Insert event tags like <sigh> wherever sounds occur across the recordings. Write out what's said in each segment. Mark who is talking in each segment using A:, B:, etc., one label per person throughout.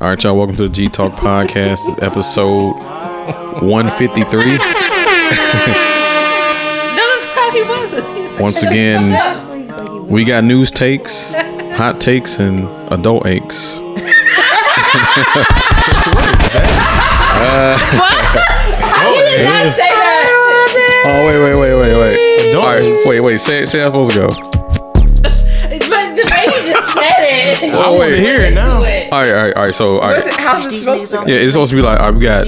A: All right, y'all. Welcome to the G Talk Podcast, episode 153.
B: No, that's how he was.
A: Once
B: <laughs>
A: again, we got news takes, hot takes, and adult aches.
B: He did not say that.
A: Oh wait, wait, wait, wait, wait. All right, wait, wait. Say, say how it's supposed to go.
B: But the baby just said it.
A: Oh wait.
C: Hear it now.
A: All right, all right, all right. So, all right.
D: How's it supposed to
A: Yeah, it's supposed to be like all right, we got,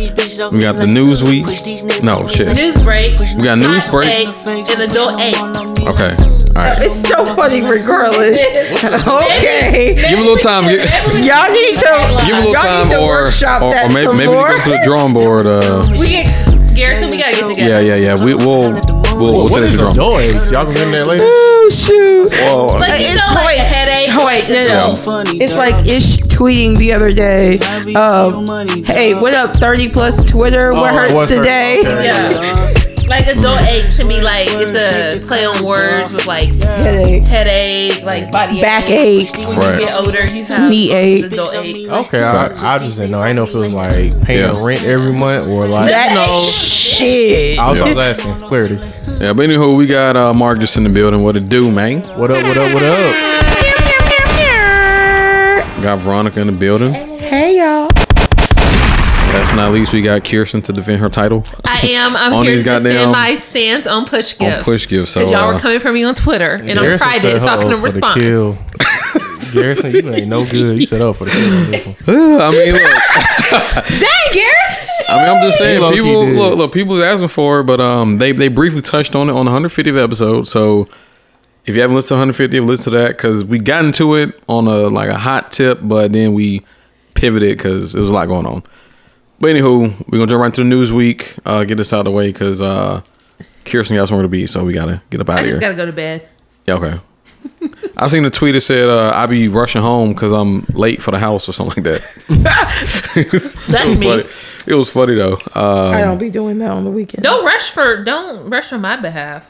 A: we got the news week. No shit.
B: News break.
A: We got news break.
B: An adult egg.
A: Okay. All right.
D: It's so funny regardless. okay.
A: Give it a little time. Give,
D: Y'all need to
A: give it a little
D: Y'all need
A: time,
D: to
A: or
D: workshop
A: or, or
D: that
A: maybe
D: some
A: maybe we go
D: more.
A: to the drawing board. Uh,
B: We get Garrison. We gotta get
A: yeah,
B: together.
A: yeah, yeah. We will we'll we'll,
C: What
A: we'll take
C: is
A: the
C: a
A: drawing.
C: door aches? Y'all can get in there later.
D: Oh shoot.
A: Whoa.
B: Like you
D: It's
B: know, like
D: like-
B: a headache.
D: Oh, wait, no, no.
A: Yeah.
D: It's like Ish tweeting the other day. Um, hey, what up, 30 plus Twitter? What
C: Oh, it
D: hurts
C: was her.
D: today?
C: Okay.
B: Yeah. Like adult aches can be like it's a play on words with like
D: Headache,
B: headache, like body
D: Backache,
B: When
A: Right.
B: you get older, you have
D: Knee ache.
B: Adult ache.
C: Okay, I, I just didn't know. I didn't know if it was like paying
A: Yeah.
C: rent every month or like.
D: that
B: No.
D: shit.
C: I was, I
A: Yeah.
C: was asking clarity.
A: Yeah, but anywho, we got uh, Marcus in the building. What it do, man?
C: What up? What up? What up?
A: Got Veronica in the building.
D: Hey y'all.
A: Last but not least, we got Kirsten to defend her title
B: I am. I'm
A: On
B: here
A: these
B: to
A: goddamn-
B: defend my stance on push gifts.
A: on push gift. So
B: Because y'all were
A: uh,
B: coming for me on Twitter, and on
C: Garrison
B: Friday,
C: said,
B: so I
C: "Uh-oh,
B: couldn't
C: for the
B: respond.
C: kill." Garrison, you ain't no good. You said up for the kill. on this one.
A: <laughs> I mean, look,
B: Dang, Garrison!
A: I mean, I'm just saying,
C: low-key
A: people,
C: did.
A: look, look, people is asking for it, but um, they they briefly touched on it on the 150th episode. So if you haven't listened to 150th, listen to that because we got into it on a like a hot tip, but then we pivoted because it was a lot going on. But anywho, we're gonna jump right to the news week. Uh, get this out of the way because uh, Kirsten got somewhere to be, so we gotta get up out
B: I
A: of here.
B: just gotta go
A: <laughs>
B: to bed.
A: Yeah, okay. I seen a tweet that said uh, I be rushing home because I'm late for the house or something like that. it
B: That's
A: was
B: me.
A: funny. It was funny though. Uh,
D: I don't be doing that on the weekend.
B: Don't rush for don't rush on my behalf.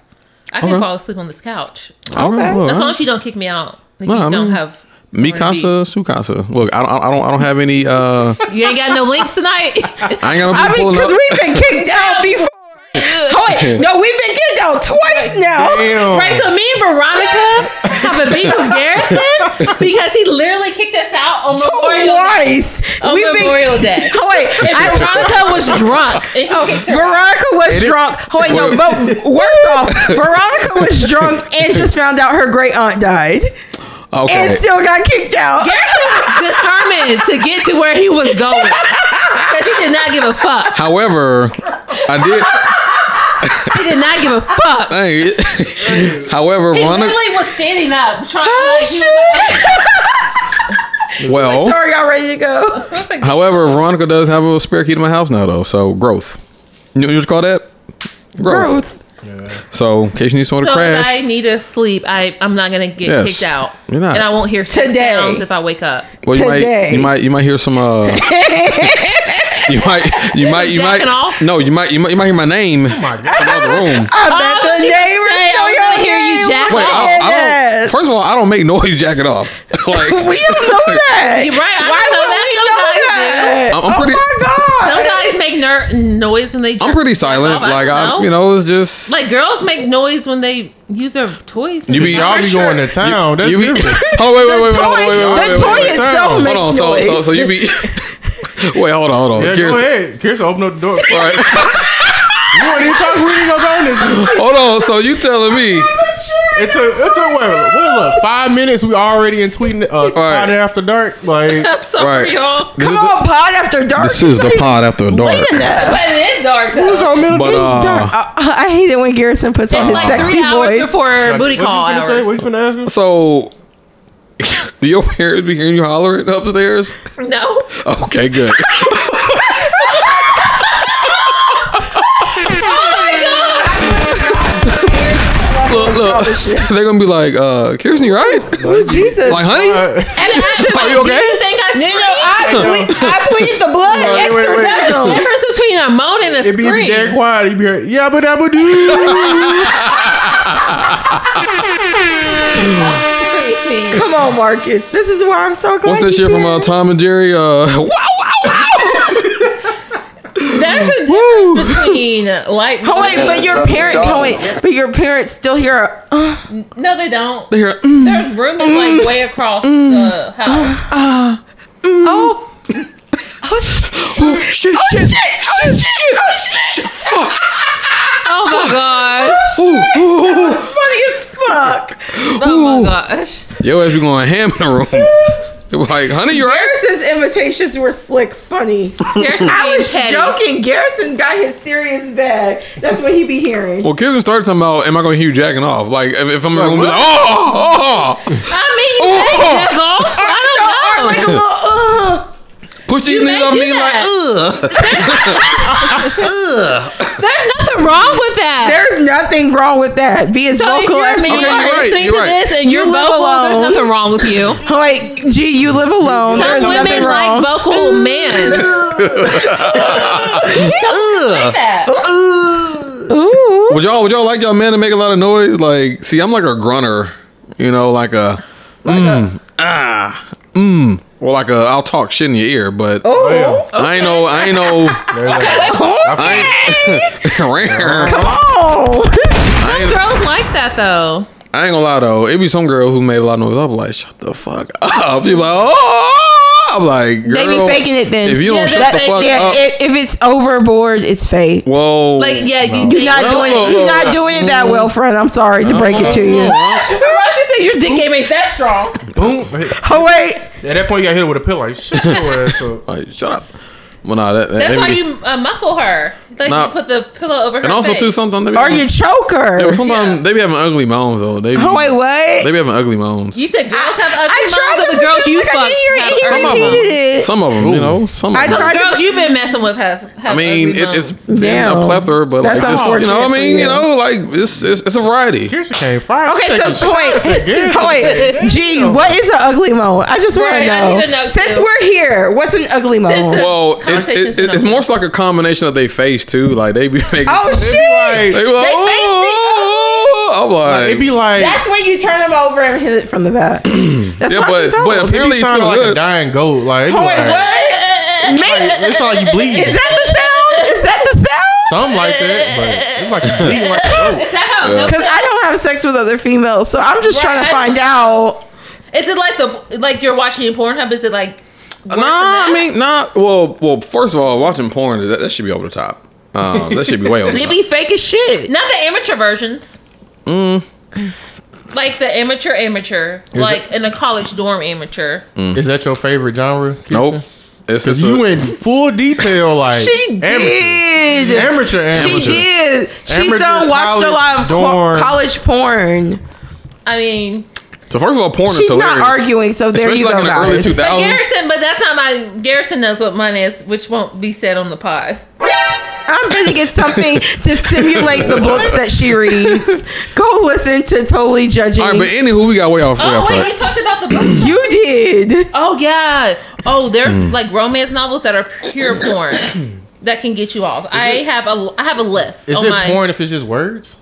B: I can
A: Okay.
B: fall asleep on this couch
A: all right, well,
B: as long
A: I-
B: as you don't kick me out. Like,
A: No,
B: you
A: I
B: don't
A: mean,
B: have
A: me
B: somewhere to be.
A: casa, su casa. Look, I don't, I don't, I don't have any. Uh,
B: You ain't got no
A: <laughs>
B: links tonight.
A: I ain't got no
D: I
A: people pulling
D: mean, because
A: up.
D: we've been kicked
C: <laughs>
D: out before. Oh, wait, no, we've been kicked out twice now.
C: Damn.
B: right, so me and Veronica have a beef with Garrison because he literally kicked us out on Memorial Day.
D: Twice.
B: On
D: We've been.
A: <laughs>
B: Memorial Day.
D: Oh, wait,
B: And
D: I,
B: Veronica was drunk. And he
A: Oh,
B: kicked her out.
D: Veronica was
C: it-
D: drunk. Oh, wait,
A: <laughs>
D: no, but worse off, Veronica was drunk and just found out her great aunt died and
A: Okay,
D: still got kicked out.
B: Garrison was determined to get to where he was going because he did not give a fuck.
A: however, I did.
B: <laughs> He did not give a fuck.
A: Hey, <laughs> however,
B: He
A: Veronica.
B: literally was standing up, trying to
D: Oh,
B: like, he was
D: shit.
A: Well,
D: Are y'all ready to go?
A: however, Veronica does have a spare key to my house now though. So growth. You, you just call that growth.
D: Ruth,
A: So in case you need someone
B: So
A: to
B: if
A: crash.
B: I need to sleep, I I'm not gonna get
A: Yes.
B: kicked out,
A: You're not.
B: and I won't hear sex
D: Today.
B: sounds if I wake up.
A: Well, you
D: today.
A: might, you might, you might hear some. Uh, you might, you might, you might.
B: Jacking off?
A: No, you might, you might, you might hear my name
C: my God.
A: from the other room.
D: I bet
B: what
D: the
B: you
D: neighbors
B: say?
D: know
B: Oh, I was
D: your
B: gonna hear you
D: name. <laughs>
B: jack
A: Wait, I, I don't.
D: Yes.
A: First of all, I don't make noise jacking
C: <laughs>
A: off. like
D: <laughs> We don't know that.
B: You're right, I
D: Why
B: don't know
D: would
B: that.
D: we
B: Some guys
D: know that?
A: do. I'm- I'm
D: oh
A: pretty-
D: my god.
B: Some guys make ner- noise when they.
A: I'm
B: jerk
A: pretty
B: off.
A: silent.
B: I
A: like
B: don't
A: I, you know, it's just
B: like girls make noise when they use their toys.
A: You be-
C: Y'all be going
B: <laughs>
C: to town. That's
A: you be. <laughs>
C: different.
A: Oh wait, wait, wait,
D: toy-
A: wait, wait, wait, wait,
D: the
A: wait,
D: toy
A: wait, wait.
D: itself
A: Hold
D: makes
A: on. So,
D: noise.
A: so, so you be. <laughs> wait, hold on, hold on.
C: Yeah, go
A: Kirsten-
C: ahead. Kirsten, open up the door.
A: All
C: <laughs>
A: right.
C: You ain't even talking. We ain't gonna go on this.
A: Hold on. So you telling me?
C: It took it took what, what look, five minutes. We already in tweeting uh,
A: right.
C: right. after dark.
D: <laughs>
C: Like
B: I'm sorry,
A: Right.
B: y'all.
A: This
D: Come
A: is the-
D: on, pod after dark.
A: This is the
D: Like,
A: pod after dark.
D: late enough.
B: But it is dark though.
C: who's
B: It's
C: on middle?
A: But
C: East?
D: Dark.
A: uh,
D: I, I hate it when Garrison puts on his
B: like
D: sexy
B: three hours
D: voice.
B: before booty
C: What you
B: call
C: finna say?
B: hours.
C: What you finna ask
D: <laughs>
C: us?
A: so <laughs> do your parents be hearing you hollering upstairs?
B: No.
A: Okay, good. <laughs> Look, look, <laughs> they're gonna be like, uh, Kirsten, you right?
D: Oh, Jesus.
A: Like, honey,
C: Uh,
A: are you
B: Do you
A: okay?
B: think I
D: You know,
B: screamed?
D: I, bleed, I bleed the blood.
C: Wait, wait, wait.
B: There's
D: Exorcism.
B: a difference between a moan and a
C: It'd be, it'd be dead
B: scream.
C: quiet. He'd be here, yabba
D: <laughs>
C: dabba doo.
B: Crazy.
D: Come on, Marcus. This is why I'm so glad.
A: What's that
D: you
A: shit from uh,
D: here.
A: Tom and Jerry? Uh, <laughs> wow, wow,
B: There's a difference between light.
D: Oh wait, but your parents. Oh wait, but your parents still hear. A, uh,
B: no, they don't.
A: they hear, mm,
B: Their room is like way across the
A: <gasps>
B: house.
D: oh. Oh shit! Oh shit! Oh shit! Oh shit! oh,
B: Oh my gosh!
A: ooh, ooh, ooh, ooh.
D: That's <laughs> funny as fuck.
B: Oh my gosh!
A: Yo, ass be going ham in the room. They were like, honey, you right?
D: Garrison's imitations were slick, funny.
B: There's I
D: I was joking. Garrison got his serious bag. That's what he be hearing.
A: Well, Kirsten started talking about, am I gonna hear you jacking off? Like, if, if I'm in the room, be like, oh, oh,
B: I mean, you
A: Oh!
B: make that off. I
D: Or
B: don't know.
D: like a little. Uh,
A: push these
B: You may
A: niggas off
B: do
A: me, like, ugh.
B: There's nothing wrong with that.
D: there's nothing wrong with that. Be as
B: so if
D: vocal
B: you're
D: as
B: me
D: you
A: Okay,
D: want.
A: you're right, you're
B: listening to
A: right.
B: this and you're
D: You live
B: vocal, there's
D: alone.
B: nothing wrong with you.
D: Like, gee, oh, you live alone. There's
B: Some
D: nothing
B: women
D: wrong.
B: like vocal men. Some like that.
D: Ooh.
A: Would y'all would y'all like y'all men to make a lot of noise? Like, see, I'm like a grunter, you know, like a mm, ah mm, or like a I'll talk shit in your ear, but
C: Oh,
A: I ain't know I ain't know
C: There's like,
A: I
D: <laughs>
A: ain't, <laughs> I,
D: Oh.
A: ain't,
B: Girls like that though.
A: I ain't gonna lie though. It be some girl who made a lot of noise. I'm like, shut the fuck up. You like, oh, I'm like, girl,
D: They be faking it then.
A: If you
B: Yeah,
A: don't shut
B: that's
A: the
B: fake.
A: fuck
D: Yeah,
A: up,
D: if, if it's overboard, it's fake.
A: whoa,
B: Like yeah, you
D: You're
B: think
D: not
A: Well,
D: doing
A: well,
D: you're
A: well,
D: not doing it that well, friend. I'm sorry to break it to you.
B: Veronica said your dick game ain't that strong.
C: boom.
D: Oh wait,
C: At that point, you got hit with a pill. Like, shit your
D: <laughs>
C: ass up.
A: Like, shut up. Well, nah, that, that
B: That's
A: they
B: why
A: be-
B: you uh, muffle her. Like
A: Nah.
B: you put the pillow over her.
A: and also
B: face.
A: too sometimes they be
D: or you choke
A: Yeah,
D: her.
A: but sometimes they be having ugly moans though. They be,
D: Oh wait, what?
A: they be having ugly moans.
B: You said girls have ugly
D: I tried
B: moms,
D: to
B: or the girls you
D: like, I
B: fuck.
D: didn't hear it.
B: have
A: some
D: He
A: of
B: ugly-
D: repeated
A: them,
D: it.
A: some of them, you
C: Oh.
A: know, some.
D: I
A: Of them.
D: tried-
B: The girls you've been messing with have. have
A: I mean,
B: ugly
A: it,
B: moms.
A: it's been
D: Damn.
A: a plethora, but
D: That's
A: like just you know, what I
D: unfortunate
A: mean,
D: for
A: you
D: you.
A: know, like it's it's, it's a variety.
C: Kirsten came fire.
D: Okay, so wait, <laughs> oh, <laughs> wait, G,
C: Damn.
D: what is an ugly moment? I just want
B: Right,
D: to
B: I
D: know.
B: need to know,
D: Since
B: too.
D: we're here, what's an ugly
B: Since
D: moment?
B: the-
A: Well, it's, it,
B: Conversations
A: it's
B: no.
A: more so like a combination of they face too. Like they be <laughs> making.
D: Oh shit!
A: They be like,
D: face me
A: oh, I'm like,
C: It'd be like,
D: That's when you turn them over and hit it from
A: <clears throat>
D: the back. That's
A: Yeah,
D: what
A: but-
D: I'm told.
A: but
D: Oh,
C: it'd
A: Apparently
C: be
A: it
C: sounding
A: feel
C: like a
A: good.
C: dying goat. Like, it'd be
D: wait,
C: like-
D: what?
C: Like,
D: Man,
C: that's all you bleed.
D: is that the sound? Is that the sound?
C: Something like that, but it's like you bleed like a goat.
B: Is that how? no,
D: Because I don't have sex with other females, so I'm just
B: Right.
D: trying to find out.
B: Is it like the like you're watching Pornhub? Is it like
A: nah, I mean, nah. Well, well, first of all, watching porn that, that should be over the top. Um, that should be way over. the top.
D: fake as shit.
B: not the amateur versions? Mm. Like the amateur amateur, like in a college dorm amateur.
A: Mm.
C: Is that your favorite genre?
A: Nope. It's, it's
C: You
A: a,
C: in full detail, like
D: She did.
C: amateur,
D: She
C: amateur.
D: did. She's
C: Amateur
D: done watched a lot of
C: college
D: co-
C: dorm.
D: college porn.
B: I mean,
A: so first of all, porn is
D: She's
A: hilarious.
D: not arguing, so there
A: Especially
D: you
A: like
D: go,
A: in the early
D: guys.
A: 2000s.
B: but Garrison, but that's not my Garrison knows what mine is, which won't be said on the pod.
D: I'm going to
A: <laughs>
D: get something to simulate the books that she reads. Go listen to Totally Judging.
A: All right, but anywho, we got way off. Way
B: Oh
A: off
B: wait,
A: track.
B: we talked about the book.
D: you did.
B: Oh yeah. Oh, there's
A: Hmm.
B: like romance novels that are
A: <coughs>
B: pure porn that can get you off. I have a I have a list.
C: Is
B: on
C: it
B: Oh my,
C: porn if it's just words?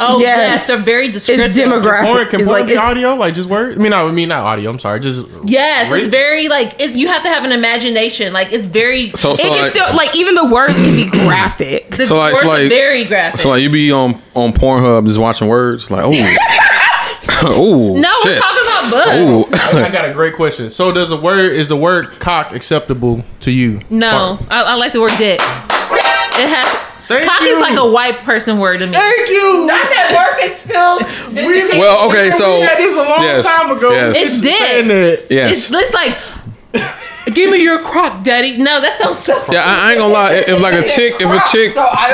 B: Oh yes.
D: Yes.
B: they're very descriptive.
D: It's demographic.
C: Porn can
D: It's
C: porn
D: like
C: be
D: it's-
C: audio? Like just words? I mean, not I mean not audio. I'm sorry, just
B: Yes,
C: Really?
B: it's very like it, you have to have an imagination. Like it's very
A: So,
D: It
A: so
D: can
A: like,
D: still, like, even the words can be
A: <clears throat>
D: graphic.
B: the
A: so like-
B: words
A: so
B: are
A: like-
B: very graphic.
A: so like you be on on Pornhub just watching words like oh
B: <laughs>
A: oh
B: no, we're talking about books.
C: I got a great question. So does the word is the word cock acceptable to you?
B: No, I, I like the word dick. It has.
E: Thank
B: Cock is
E: you.
B: like a white person word to me.
E: Thank you.
D: Not that work is
C: <laughs>
D: spills.
E: We-
A: Well, okay,
E: we
A: so-
E: had this a long
A: yes,
E: time ago.
A: yes.
E: Bitch
B: It
E: is
B: did.
E: saying that.
A: <laughs> Yes.
B: It's, it's like, give me your crock, daddy. No, that sounds so.
A: Yeah, I, I ain't gonna lie. If, if like a chick, if a chick,
E: So I,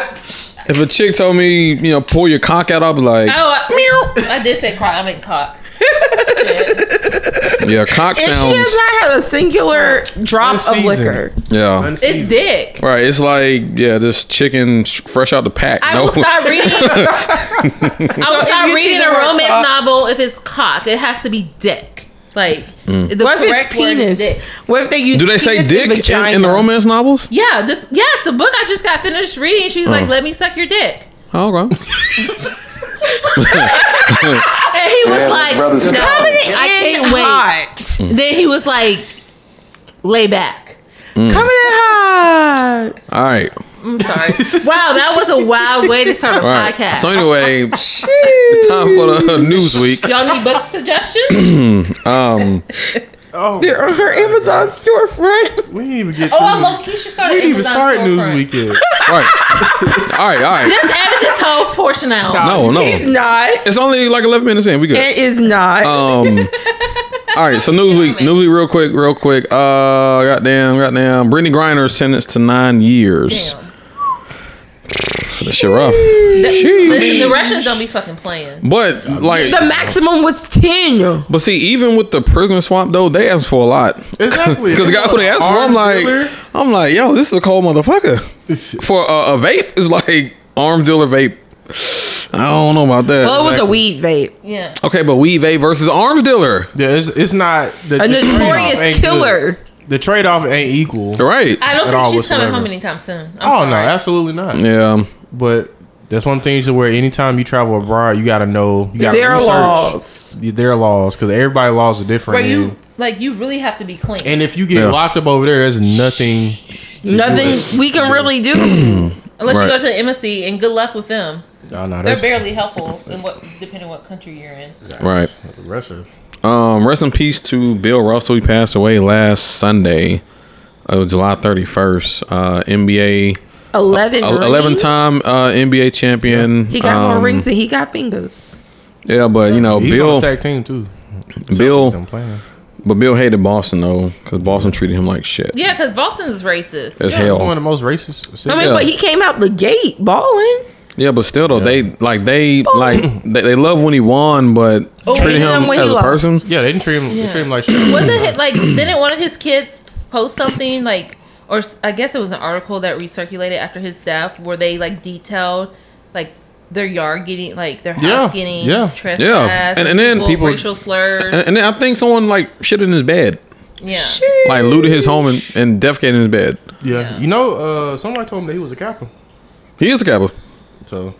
A: if a chick told me, you know, pull your cock out, I'll be like,
B: Oh, I, I did say crock. I meant
D: <laughs>
B: cock. Shit.
A: yeah, cock
D: And she
A: sounds,
D: has not had a singular drop of
E: Unseasoned.
D: liquor.
A: yeah,
B: It's dick.
A: right. It's like, yeah, this chicken s- fresh out the pack.
B: I
A: no,
B: will
A: <laughs>
B: start reading. I will
D: you
B: start
D: see
B: reading
D: the
B: a
D: word
B: romance
D: cock-
B: novel if it's cock. It has to be dick. Like
A: Mm.
B: the
D: What if
B: correct
D: it's
B: word is
D: penis?
B: dick.
D: What if they use
A: do they say
D: penis and
A: dick in, in the
D: vagina?
A: romance
B: <laughs>
A: novels?
B: Yeah, this yeah, it's a book I just got finished reading. She was
A: Mm.
B: like, "Let me suck your dick,"
A: Oh, okay.
B: and he was like, "No, I
D: In
B: can't wait."
D: hot.
A: Mm.
B: Then he was like, "Lay back."
D: Coming in hot.
A: All right.
B: I'm sorry. wow, that was a wild way to start a
A: All right.
B: podcast.
A: So anyway, it's time for the news week.
B: Y'all need
A: <clears throat>
B: book suggestions?
E: oh,
D: They're on her Amazon storefront. <laughs>
E: we didn't even get.
B: Oh,
E: through-
B: I low key should start.
E: we didn't even start news week yet.
A: All right. All right. All right.
B: Just edit this whole portion out.
A: No,
D: It's
A: no.
D: not.
A: It's only like 11 minutes in. We good.
D: It is not.
A: Um. all right, so Newsweek, Newsweek, real quick, real quick. Uh, goddamn, goddamn. Brittany Griner sentenced to nine years.
B: Damn.
A: That shit rough.
B: Listen, the
A: Sheesh.
B: Russians don't be fucking playing.
A: But like,
D: the maximum was ten.
A: but see, even with the prisoner swap though, they asked for a lot. <laughs>
E: Exactly.
A: Because the guy who they asked for, I'm like, I'm like, yo, this is a cold motherfucker. For a, a vape is like arm dealer vape. I don't know about that.
D: Well, Oh, it was a
A: Like-
D: weed vape.
B: Yeah.
A: Okay, but weed vape versus arms dealer,
E: Yeah, it's, it's not the,
D: A
E: the trade-off ain't
D: notorious
E: good.
D: killer.
E: The trade off ain't equal.
A: right?
B: I don't
E: At
B: think
E: all
B: she's coming
E: whatsoever.
B: home anytime soon. I'm
E: Oh
B: sorry.
E: no, absolutely not.
A: yeah.
E: But that's one thing to where anytime you travel abroad, you got to know you got to
D: There are
E: research
D: laws.
E: their laws because everybody laws are different.
B: Where you
E: and-
B: like you really have to be clean.
E: and if you get
A: Yeah.
E: locked up over there, there's nothing.
D: Nothing we can really do.
B: <clears throat> Unless
A: Right.
B: you go to the embassy and good luck with them.
E: Oh, no,
B: They're
E: that's
B: barely helpful in what depending what country you're in.
A: Right.
E: Russia.
A: Um, rest in peace to Bill Russell. He passed away last Sunday, uh, July 31st. Uh, NBA,
D: Eleven. rings?
A: 11 time uh, NBA champion.
D: He got more
A: Um,
D: rings than he got fingers.
A: Yeah, but you know,
E: He's Bill, on the
A: Bill, Oh.
E: stack team too.
A: Bill,
E: I'm playing.
A: but Bill hated Boston though, because Boston treated him like shit.
B: Yeah, because Boston's racist.
A: As
E: He's one of
A: hell.
E: the most racist. cities.
D: I mean,
A: yeah.
D: but he came out the gate balling.
A: Yeah, but still though, they like they like they, they love when he won, but treated
D: hated him
A: him
D: when
A: as
D: he
A: a
D: lost.
A: person.
E: yeah, they didn't treat him. They treat him like shit.
B: Wasn't it like <clears throat> didn't one of his kids post something like or s- I guess it was an article that recirculated after his death where they like detailed like their yard getting like their house
E: Yeah,
B: getting
E: yeah.
B: trespassed
A: Yeah. And- and then people-
B: racial slurs
A: And, and then I think someone like shit in his bed,
B: yeah
A: like looted his home and, and defecated in his bed.
E: Yeah. you know, uh, somebody told me that he was a captain.
A: He is a capital.
E: So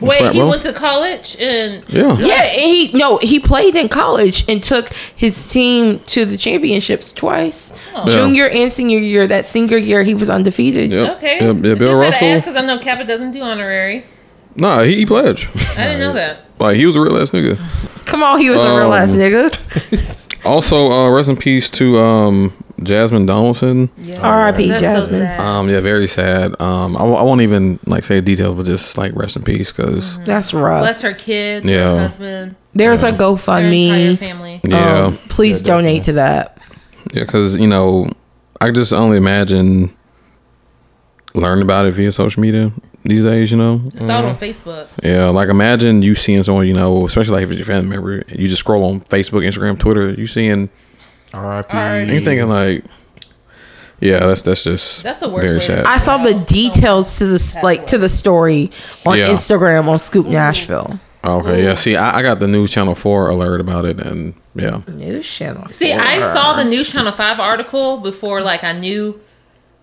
B: wait
A: Frat
B: he
A: Row?
B: went to college and
A: Yeah.
D: Yeah, and he no, he played in college and took his team to the championships twice, junior and senior year. That senior year, he was undefeated.
A: Yep.
B: okay
A: Yep. Yeah, Bill Russell.
B: because I know Kappa doesn't do honorary
A: Nah, he, he pledged. <laughs>
B: I didn't know that
A: Like he was a real ass nigga.
D: Come on, he was a real ass
A: Um,
D: nigga.
A: Also, uh, rest in peace to um, Jasmine Donaldson.
B: yeah
D: R.I.P.
B: that's so
D: Jasmine.
B: sad
A: Um, yeah, very sad. Um, I, w- I won't even like say details, but just like rest in peace, because
D: That's rough.
B: bless her kids
A: Yeah.
B: her husband
D: There's a
B: her entire
D: GoFundMe.
B: family
A: yeah,
D: Um, please donate to that.
A: yeah, because you know, I could just only imagine learning about it via social media these days. You know,
B: it's all
A: Mm-hmm.
B: on Facebook
A: yeah, like imagine you seeing someone you know, especially like if it's your family member, and you just scroll on Facebook, Instagram, Twitter, you seeing,
E: R.I.P.
B: R.I.P..
A: and you thinking like, yeah, that's that's just
B: That's the worst
A: Very
B: way to
A: sad.
D: I saw the details to this like to the story on
A: Yeah.
D: Instagram on Scoop Nashville.
A: Okay, yeah. See, I, I got the news channel four alert about it, and yeah,
D: News channel.
B: See, I saw the News Channel Five article before, like I knew,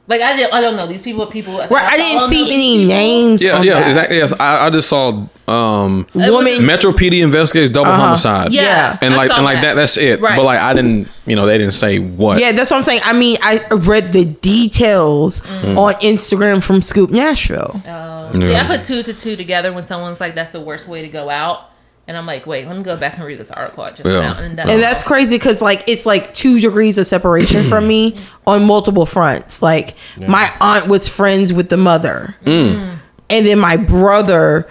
B: like I didn't, I don't know these people, people.
D: Right, I didn't
B: don't know
D: see
B: these
D: any
B: people.
D: names.
A: yeah,
D: on
A: yeah,
D: that.
A: exactly. Yes, I, I just saw um,
B: It was-
D: Woman-
A: Metro PD investigates double homicide.
B: Yeah,
D: Yeah.
A: and
B: I
A: like
B: saw
A: and like that. That's it.
B: Right.
A: But like I didn't, you know, they didn't say what.
D: Yeah, that's what I'm saying. I mean, I read the details on Instagram from Scoop Nashville.
B: Oh.
A: Yeah.
B: See, I put two to two together when someone's like, "That's the worst way to go out," and I'm like, "Wait, let me go back and read this article I just
A: Yeah.
B: found." And that's,
D: And that's crazy because, like, it's like two degrees of separation
B: <clears throat>
D: from me
B: Mm.
D: on multiple fronts. Like, my aunt was friends with the mother. and then my brother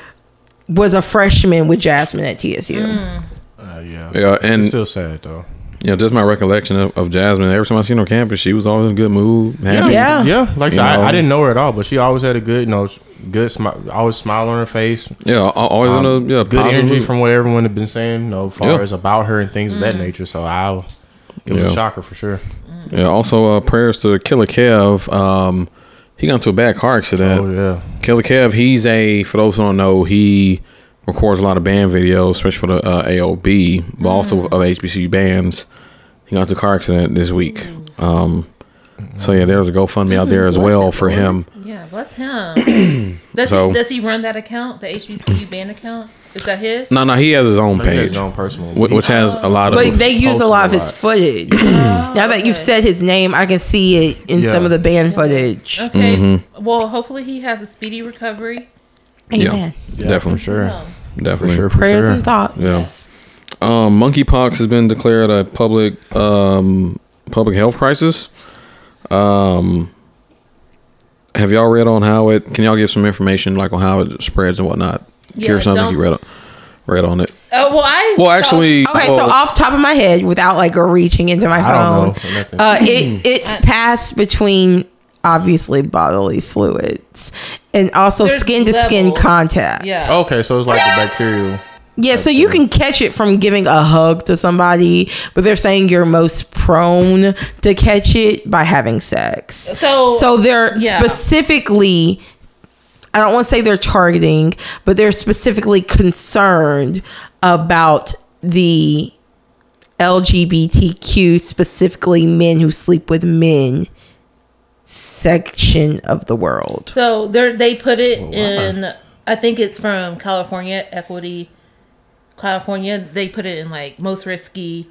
D: was a freshman with Jasmine at TSU.
B: Mm.
E: Uh, yeah.
A: Yeah, and
E: It's still sad though.
A: you know, just my recollection of, of Jasmine. Every time I seen her on campus, she was always in a good mood. Happy.
D: Yeah.
E: Yeah, like I said,
A: You know.
E: I, I didn't know her at all, but she always had a good, you know, good smile, always smile on her face.
A: yeah, al- always in a yeah
E: Um, good
A: positive
E: energy
A: mood.
E: from what everyone had been saying, you know, far
A: Yeah.
E: as about her and things of that nature. So I, it was
A: Yeah.
E: a shocker for sure.
A: Yeah, also uh, prayers to Killer Kev. Um, he got into a bad car accident.
E: Oh yeah,
A: Killer Kev, he's a for those who don't know, he records a lot of band videos, especially for the uh, AOB, but also
D: Mm.
A: of HBCU bands. He got into a car accident this week.
D: Mm.
A: Um, so yeah, there's a GoFundMe out there as well for him.
B: Yeah,
A: <clears throat>
B: bless him. does
A: So-
B: he does he run that account, the
A: <clears throat>
B: HBCU band account? Is that his?
A: No, no, he has his own
E: he has
A: page,
E: his own personal.
A: whi- which has a lot of.
D: But they use a lot of
E: posted a
D: his
E: lot.
D: footage. now that you've said his name, I can see it in
E: Yeah.
D: some of the band footage.
B: Okay.
A: Mm-hmm.
B: Well, hopefully he has a speedy recovery.
A: yeah,
D: Amen.
A: definitely,
E: sure,
B: Um,
A: definitely.
E: sure, for
D: Prayers
E: sure.
D: and thoughts.
A: Um, monkeypox has been declared a public um, public health crisis. Um, have y'all read on how it? Can y'all give some information like on how it spreads and whatnot?
B: Yeah,
A: Curious, I think
B: don't-
A: you read on, read on it.
B: Oh well, I
A: Well,
B: saw-
A: actually,
D: Okay,
A: well,
D: so off top of my head, without like reaching into my
E: I
D: phone,
E: don't know. Nothing.
D: uh,
B: Hmm.
D: it it's passed between obviously bodily fluids and also
B: There's
D: skin to skin
B: levels.
D: contact.
B: yeah.
E: okay, so it's like the bacterial.
D: Yeah, so you can catch it from giving a hug to somebody, but they're saying you're most prone to catch it by having sex.
B: So-
D: so they're
B: yeah.
D: specifically I don't want to say they're targeting, but they're specifically concerned about the LGBTQ, specifically men who sleep with men section of the world.
B: So they they put it in. I think it's from California Equity, California. They put it in like most risky,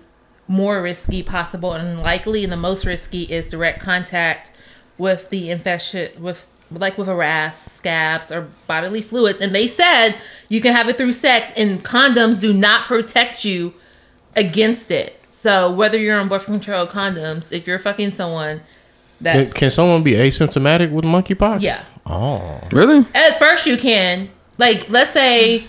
B: more risky possible, and likely. And the most risky is direct contact with the infection with like with a rash, scabs, or bodily fluids. And they said you can have it through sex, and condoms do not protect you against it. So whether you're on birth control condoms, if you're fucking someone
E: Can,
B: that
E: can someone be asymptomatic with monkeypox?
B: yeah,
E: Oh,
A: really,
B: at first you can like let's say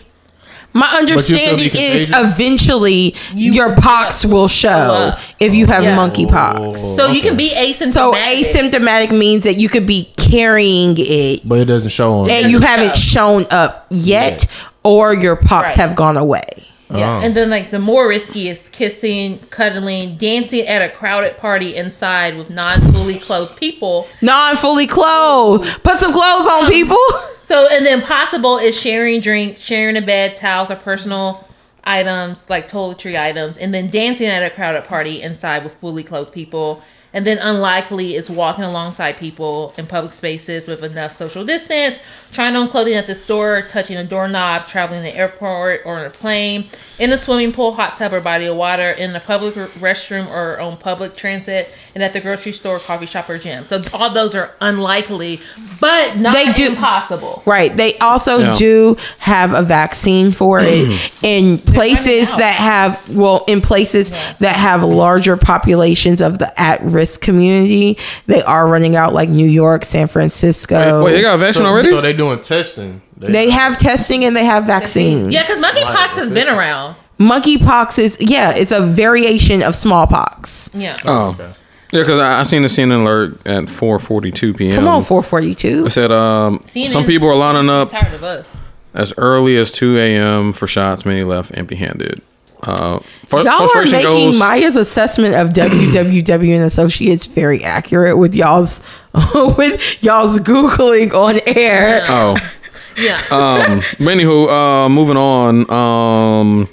D: My
E: still be
D: understanding is
E: contagious?
D: eventually
B: You-
D: your pox will show
B: up.
D: if you have
B: Yeah.
E: Oh,
D: monkeypox.
B: So you can be asymptomatic.
D: So asymptomatic means that you could be carrying it
E: but it doesn't show on.
D: and you
B: doesn't
D: haven't shown up yet
E: Yet.
D: or your pox
B: Right.
D: have gone away.
B: Yeah.
E: Oh.
B: And then like the more risky is kissing, cuddling, dancing at a crowded party inside with non fully clothed people.
D: Non fully clothed. Put some clothes on, people. <laughs>
B: So and then possible is sharing drinks, sharing a bed, towels or personal items like toiletry items, and then dancing at a crowded party inside with fully clothed people. And then unlikely is walking alongside people in public spaces with enough social distance, trying on clothing at the store, touching a doorknob, traveling in the airport or on a plane, in a swimming pool, hot tub or body of water, in the public r- restroom or on public transit, and at the grocery store, coffee shop or gym. So all those are unlikely, but not
D: They do-
B: impossible.
D: Right. They also
A: Yeah. Mm.
D: do have a vaccine for it in places
B: out.
D: that have well in places that have larger populations of the at-risk community. They are running out like New York, San Francisco.
A: wait, they got a vaccine
E: so,
A: already?
E: So they doing testing.
D: They have testing and they have vaccines.
B: Yeah, because monkeypox has been around.
D: Monkeypox is yeah, it's a variation of smallpox.
B: Yeah.
A: oh, yeah, because I, I seen the CNN alert at four forty two p.m.
D: Come on, 442.
A: It said um,
B: CNN
A: some people are lining
B: is
A: up
B: Tired of us.
A: as early as two a.m. for shots. Many left empty handed. Uh, fr-
D: Y'all are
A: frustration
D: making
A: goes-
D: Maya's assessment of <clears throat> WWW and Associates very accurate with y'all's <laughs> with y'all's googling on air.
A: Oh.
B: <laughs> Yeah.
A: um, but anywho, uh, moving on. Um,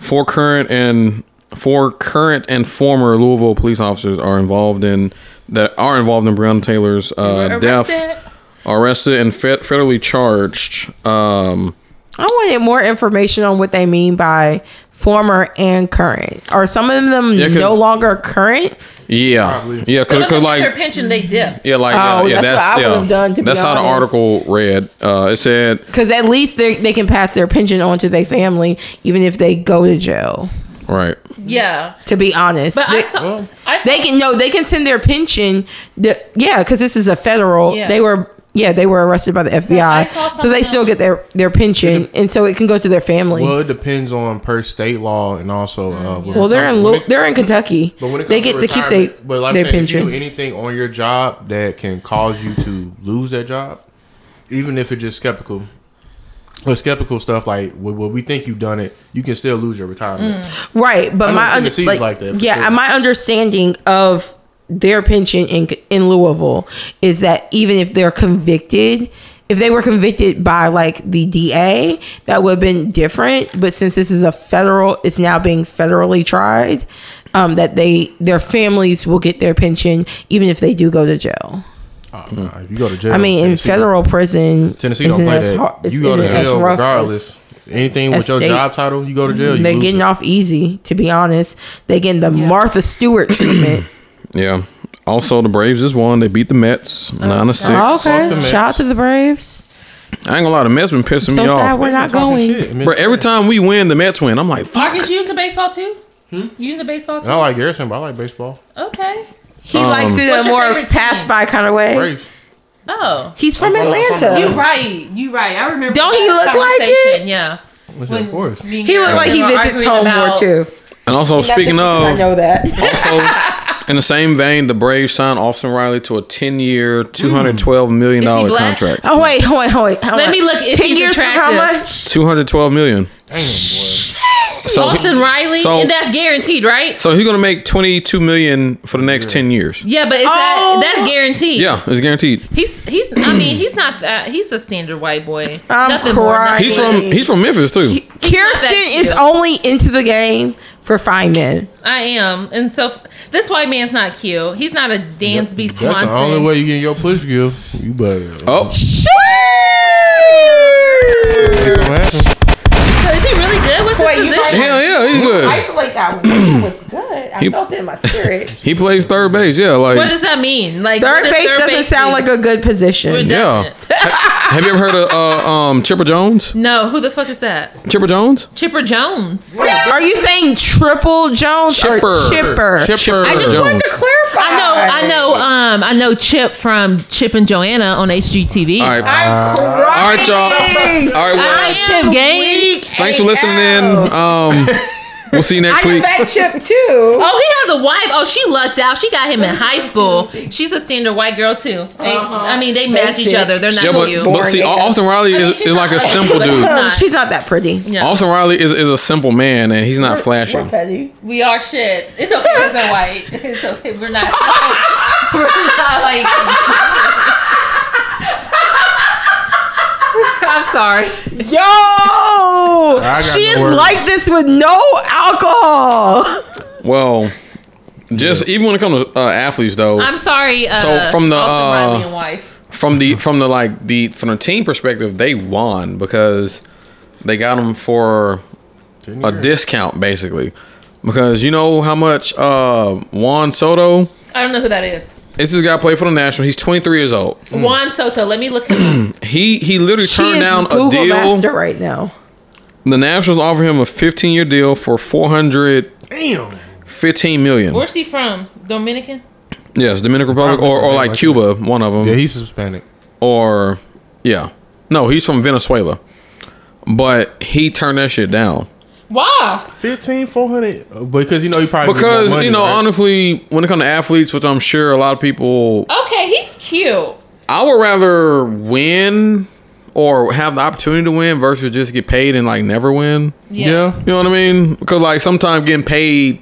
A: four current and four current and former Louisville police officers are involved in that are involved in Breonna Taylor's uh,
B: were
A: death,
B: arrested.
A: arrested and fe- federally charged. Um,
D: I wanted more information on what they mean by former and current. Are some of them
A: Yeah, 'cause-
D: no longer current?
A: yeah, yeah, cause, 'cause,
B: their
A: like
B: pension they dip.
A: yeah, like uh,
D: Oh,
A: yeah,
D: that's
A: that's,
D: what I
A: yeah,
D: would've done, to be
A: that's how the
D: honest.
A: article read. Uh, it said
D: Because at least they they can pass their pension on to their family, even if they go to jail.
A: right.
B: Yeah.
D: To be honest,
B: But
D: they,
B: I saw, I saw
D: they can no, they can send their pension. The, yeah, because this is a federal.
B: Yeah.
D: They were yeah, they were arrested by the FBI,
B: saw
D: so they
B: something
D: still
B: else.
D: get their their pension, and so it can go to their families.
E: Well, it depends on per state law and also. Uh, when
D: Well,
E: it
D: they're
E: comes-
D: in
E: when
D: Lu-
E: it-
D: they're in Kentucky.
E: But when it comes
D: they get
E: to
D: to keep they,
E: retirement- but like
D: their
E: I'm saying, if
D: pension.
E: you do anything on your job that can cause you to lose that job, even if it's just skeptical. But skeptical stuff like well, well, we think you've done it, you can still lose your retirement.
D: Right, but
E: I
D: my
E: don't think
D: under,
E: it seems
D: like,
E: like that for
D: yeah,
E: sure.
D: my understanding of their pension in in Louisville is that even if they're convicted, if they were convicted by like the DA, that would have been different. But since this is a federal, it's now being federally tried. Um, that they their families will get their pension even if they do go to jail.
E: Oh, nah, if you go to jail,
D: Mm. I mean, in
E: Tennessee-
D: federal prison,
E: Tennessee don't
D: isn't
E: play
D: as
E: that.
D: hard- it's-
E: you go to
D: isn't as
E: jail
D: rough as-
E: regardless. Anything with
D: as
E: your
D: state.
E: job title, you go to jail. You
D: They're
E: lose
D: getting
E: it.
D: off easy, to be honest. They're getting the Martha Stewart treatment.
A: Yeah. Also, the Braves just won. They beat the Mets
B: Oh,
A: nine to six.
D: Oh, okay.
E: Fuck the Mets.
D: Shout out to the Braves.
A: I ain't gonna lie, the Mets been pissing
D: So
A: me
D: sad
A: off.
D: we're not
E: Talking
D: going.
E: shit. I mean,
A: Bro, every time we win, the Mets win. I'm like, fuck.
B: Marcus, you into baseball too? You into baseball
E: I
B: too?
E: like Garrison, but I like baseball.
B: Okay.
D: He likes
A: Um,
D: it
B: What's
D: in a
B: your
D: more
B: favorite team?
D: pass by kind of way.
E: Braves.
B: Oh.
D: He's from
E: I'm from-
D: Atlanta.
B: You right. You right. I remember.
D: Don't
B: that
D: he look like
B: conversation,
D: it?
B: Yeah.
E: What's
B: When
E: that for? us?
B: me and
D: he
B: you
D: looked like he
B: were
D: visits
B: arguing
D: home more
B: about-
D: too.
A: And also, speaking
D: I
A: of,
D: know that.
A: also in the same vein, the Braves signed Austin Riley to a ten-year, two hundred twelve million
B: Is he
A: dollar
B: black?
A: contract.
D: Oh wait, oh, wait, oh, wait. How
B: Let
D: much?
B: me look if he's
D: years for how
B: attractive.
D: much?
A: Two hundred twelve million.
E: Damn, boy.
A: So
B: Austin Riley,
A: so-
B: and that's guaranteed, right?
A: So he's gonna make twenty-two million for the next ten years.
B: Yeah, but is
D: Oh.
B: that that's guaranteed?
A: Yeah, it's guaranteed.
B: He's he's. I mean, he's not that. He's a standard white boy.
D: I'm
B: more,
D: crying.
A: He's from he's from Memphis too.
D: Kirsten
B: that
D: is
B: cute.
D: only into the game for fine men.
B: I am, and so f- this white man's not cute. He's not a Dansby Swanson.
E: That's the only way you get your push, girl. You better.
A: Oh,
E: Make something happen.
B: So is he really good? What's
D: Wait, you
B: his position?
A: hell yeah, he's good.
D: Isolate that one was good. I
A: He-
D: felt it in my spirit.
A: He plays third base. Yeah, like
B: What does that mean? Like
D: <laughs> Third
B: what does
D: base doesn't sound
B: mean?
D: like a good position.
A: yeah. Ha- Have you ever heard of uh, um, Chipper Jones?
B: No, who the fuck is that?
A: Chipper Jones?
B: Chipper Jones.
D: Are you saying triple Jones
A: Chipper.
D: or chipper?
A: Chipper
D: I just wanted
A: Jones.
D: to clarify.
B: I know, I know, um, I know Chip from Chip and Joanna on HGTV.
A: All right,
D: I'm
A: Uh, all
D: crying.
A: right, y'all. All right,
B: I
A: well,
B: am Chip Gaines.
A: thanks for listening in. Um, we'll see you next
D: I
A: week.
D: got that chip too.
B: Oh, he has a wife. Oh, she lucked out. She got him in high school. She's a standard white girl too. They, I mean, they match each
D: Uh-huh. fit.
B: other. They're not
A: Yeah, but,
B: you.
A: but see,
D: Born nigga.
A: Austin Riley
B: I mean,
A: is,
B: she's
A: is
B: not
A: like a
B: ugly,
A: simple
B: but she's
A: dude.
B: not-
D: She's not that pretty.
B: Yeah.
A: Austin Riley is, is a simple man, and he's not flashy.
D: We're petty.
B: We are shit. It's okay because they're white. <laughs> It's okay. We're not. we're not like. <laughs> I'm sorry.
D: Yo,
E: got
D: she
E: no
D: is
E: words.
D: like this with no alcohol.
A: Well, just even when it comes to uh, athletes, though,
B: I'm sorry. Uh,
A: So from the,
B: Austin
A: uh,
B: Riley and wife.
A: from the from the like the from the team perspective, they won because they got him for a discount basically. Because you know how much uh, Juan Soto
B: I don't know who that is.
A: It's this guy played for the Nationals. He's 23 years old.
B: Juan Soto. Let me look.
A: <clears throat>
B: Him up.
A: He he literally
D: She
A: turned
D: is
A: down
D: Google
A: a deal.
D: master right now.
A: The Nationals offered him a 15 year deal for 415 million.
B: Where's he from? Dominican.
A: Yes, Dominican Republic or, or like Cuba, one of them.
E: Yeah, he's Hispanic.
A: or yeah, no, he's from Venezuela, but he turned that shit down
B: Why?
E: 15, 400. uh, Because you know he probably
A: because
E: get more money,
A: you know
E: right?
A: honestly, when it comes to athletes, which I'm sure a lot of people
B: Okay, he's cute.
A: I would rather win or have the opportunity to win versus just get paid and like never win.
B: Yeah.
A: You know what I mean? Because like sometimes getting paid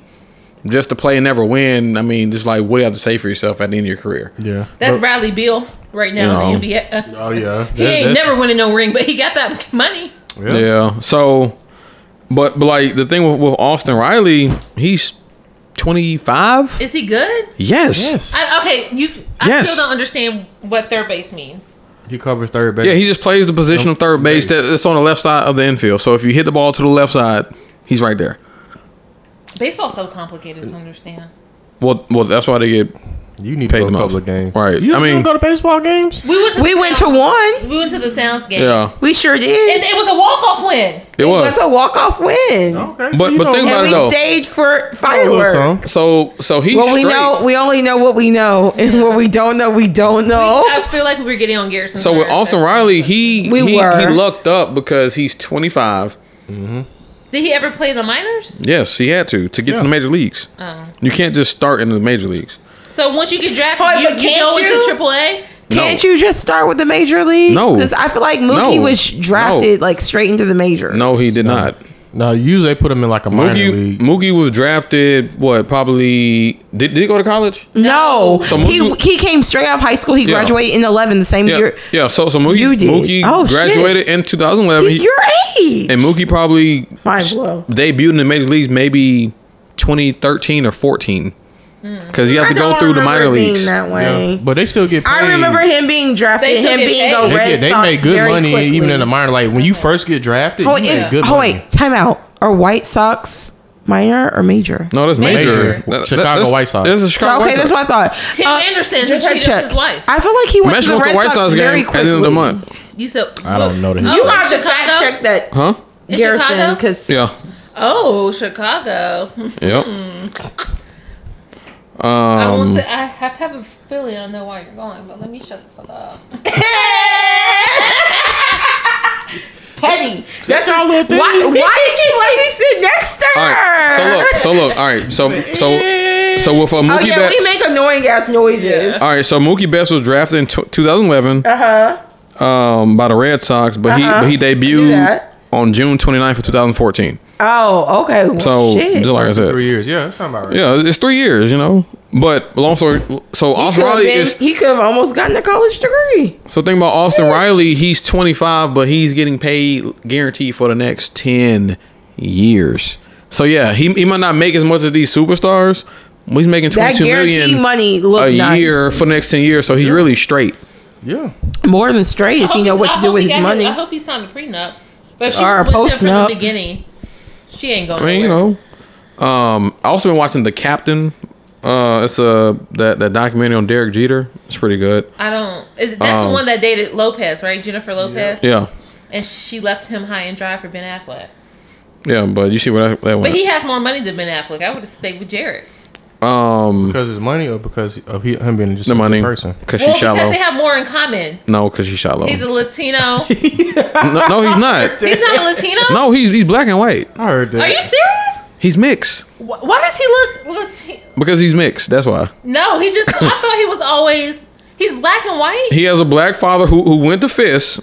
A: just to play and never win, I mean, just like what do you have to say for yourself at the end of your career?
E: Yeah.
B: That's Bradley Beal right now in the
A: You
B: NBA.
E: Oh yeah.
B: Uh, he ain't never winning no ring, but he got that money.
A: Yeah. So, but but like the thing with, with Austin Riley, he's twenty five.
B: Is he good?
A: Yes.
E: Yes.
B: I, okay, you. I
A: Yes.
B: still don't understand what third base means.
E: He covers third base.
A: Yeah, he just plays the position of third base that, that's on the left side of the infield. So if you hit the ball to the left side, he's right there.
B: Baseball's so complicated to understand.
A: Well, well, that's why they get
E: You need
A: Pay
E: to go
A: them
E: to
A: off.
E: public games.
A: Right.
E: You
A: I
E: I
A: mean-
E: mean, go to baseball games?
B: We went to
D: We
B: the
D: went to
B: Sounds-
D: one.
B: We went to the Sounds game.
A: Yeah,
D: We sure
B: And
D: did.
B: it was a walk off win.
A: it was.
D: That's a walk off win.
E: Okay.
A: But-
E: you
A: but think
E: know-
A: about-
D: And
A: Not
D: we
A: at all.
D: staged for
E: know a little
D: fireworks.
E: song.
A: So so he's
D: Well, we
A: straight.
D: know we only know what we know, <laughs> and what we don't know, we don't know.
B: I feel like we were getting on Garrison.
A: So with Austin Riley, he
D: We
A: he,
D: were.
A: he lucked up because he's 25.
B: Did he ever play the minors?
A: Yes, he had to to get
E: Yeah.
A: to the major leagues.
E: Oh.
A: You can't just start in the major leagues.
B: So once you get drafted,
D: But-
B: you,
D: but
B: you
D: can't
B: go
D: you?
B: into Triple A.
D: Can't
A: no.
D: you just start with the major leagues?
A: No.
D: because I feel like Mookie
A: No.
D: was drafted like straight into the major.
A: No, he did not.
E: No, usually they put him in like a minor
A: Mookie,
E: league.
A: Mookie was drafted what probably did, did he go to college?
D: no.
A: So
D: he
A: Mookie-
D: he came straight out of high school. He
A: Yeah.
D: graduated in eleven the same
A: Yeah,
D: year.
A: yeah. So so
D: You
A: Mookie,
D: did.
A: Mookie
D: Oh, shit.
A: graduated in 2011,
D: He's
A: He-
D: your age.
A: and Mookie probably
D: Mind
A: s-
D: blow.
A: debuted in the major leagues maybe 2013 or 14
E: Hmm.
A: because you have to
D: I
A: go
D: don't
A: through the
D: remember
A: minor
D: it being
A: leagues.
D: That way.
E: Yeah. But they still get paid.
D: I remember him being drafted.
B: They still
D: Him
B: get
D: being
B: paid.
D: a
B: They
E: They,
D: Red
E: get, they
D: Sox
E: make good
D: very
E: money
D: quickly.
E: even in the minor. Like when you first get drafted,
D: Oh,
E: you
D: is-
E: make good
D: oh
E: money.
D: wait, time out. Are White Sox minor or major?
A: No, that's
B: Major.
A: major.
E: Major. Chicago
A: that's-
E: White Sox.
A: That's a Chicago
D: okay,
A: White
D: that's
A: Sox.
D: what I thought.
B: Tim Anderson, who
D: just
B: cheated
D: check.
B: with his life.
D: I feel like he went
A: Mesh
D: to the
A: went
D: Red
A: to White
D: Sox,
A: Sox game at
D: very
A: the
D: quickly.
A: end of the month.
B: You said
E: I don't know the
B: Oh,
E: history.
D: You
B: in
D: have to fact
B: Chicago?
D: check that
A: Huh?
B: In
D: Garrison
B: Chicago?
D: because
A: Yeah.
B: Oh, Chicago. <laughs>
A: Yep.
B: I
A: Um,
B: won't say. I have, have a feeling I know where you're going, but let me shut the fuck up.
D: petty. That's our little thing. Why, why did you let me sit next to her?
A: all right. So look. So look. All right. So so so with uh, Mookie
D: oh yeah,
A: Betts.
D: we make annoying ass noises.
A: all right. So Mookie Betts was drafted in tw 2011
D: Uh
A: um, by the Red Sox, but
D: Uh-huh.
A: he but he
D: knew
A: debuted
D: that.
A: on June 29th of 2014.
D: huh. Oh okay. Well,
A: So
D: shit.
A: just like I said,
E: Three years. Yeah, that sound about right.
A: yeah, it's- it's three years. You know. But long story. So
D: he
A: Austin
D: could have
A: Riley is.
D: he could have almost gotten a college degree.
A: So think about Austin Riley. He's 25, but he's getting paid guaranteed for the next 10 years. So yeah, he, he might not make as much as these superstars. but He's making
D: That
A: 22
D: guarantee
A: million
D: money
A: a
D: looked nice.
A: year for the next 10 years. So he's really straight.
E: Yeah.
D: more than straight <laughs> if you know what to do with his money.
B: I hope he signed a prenup. But if she
D: Or a
B: was with him from
D: postnup.
B: the beginning, she ain't going.
A: I mean, you know. Um, I also been watching The Captain. Uh, it's a that that documentary on Derek Jeter. It's pretty good.
B: I don't. Is, that's
A: Um,
B: the one that dated Lopez, right? Jennifer Lopez.
A: Yeah,
B: And she left him high and dry for Ben Affleck.
A: yeah. But you see what that, that
B: But
A: went.
B: he has more money than Ben Affleck. I would have stayed with Jared.
A: Um,
E: Because it's money or because of he, him being just
A: the
E: a good
A: money
E: person.
A: because
B: Well,
A: she's shallow.
B: because they have more in common.
A: no, because she's shallow.
B: He's a Latino. he's
A: no, no,
B: <laughs>
A: he's not.
B: not a Latino.
A: No, he's he's black and white.
E: I heard that.
B: Are you serious?
A: He's mixed
B: Wh- Why does he look Latino?
A: because he's mixed. That's why
B: No, he just. I
A: <laughs>
B: thought he was always. He's black and white.
A: he has a black father who who went to Fisk.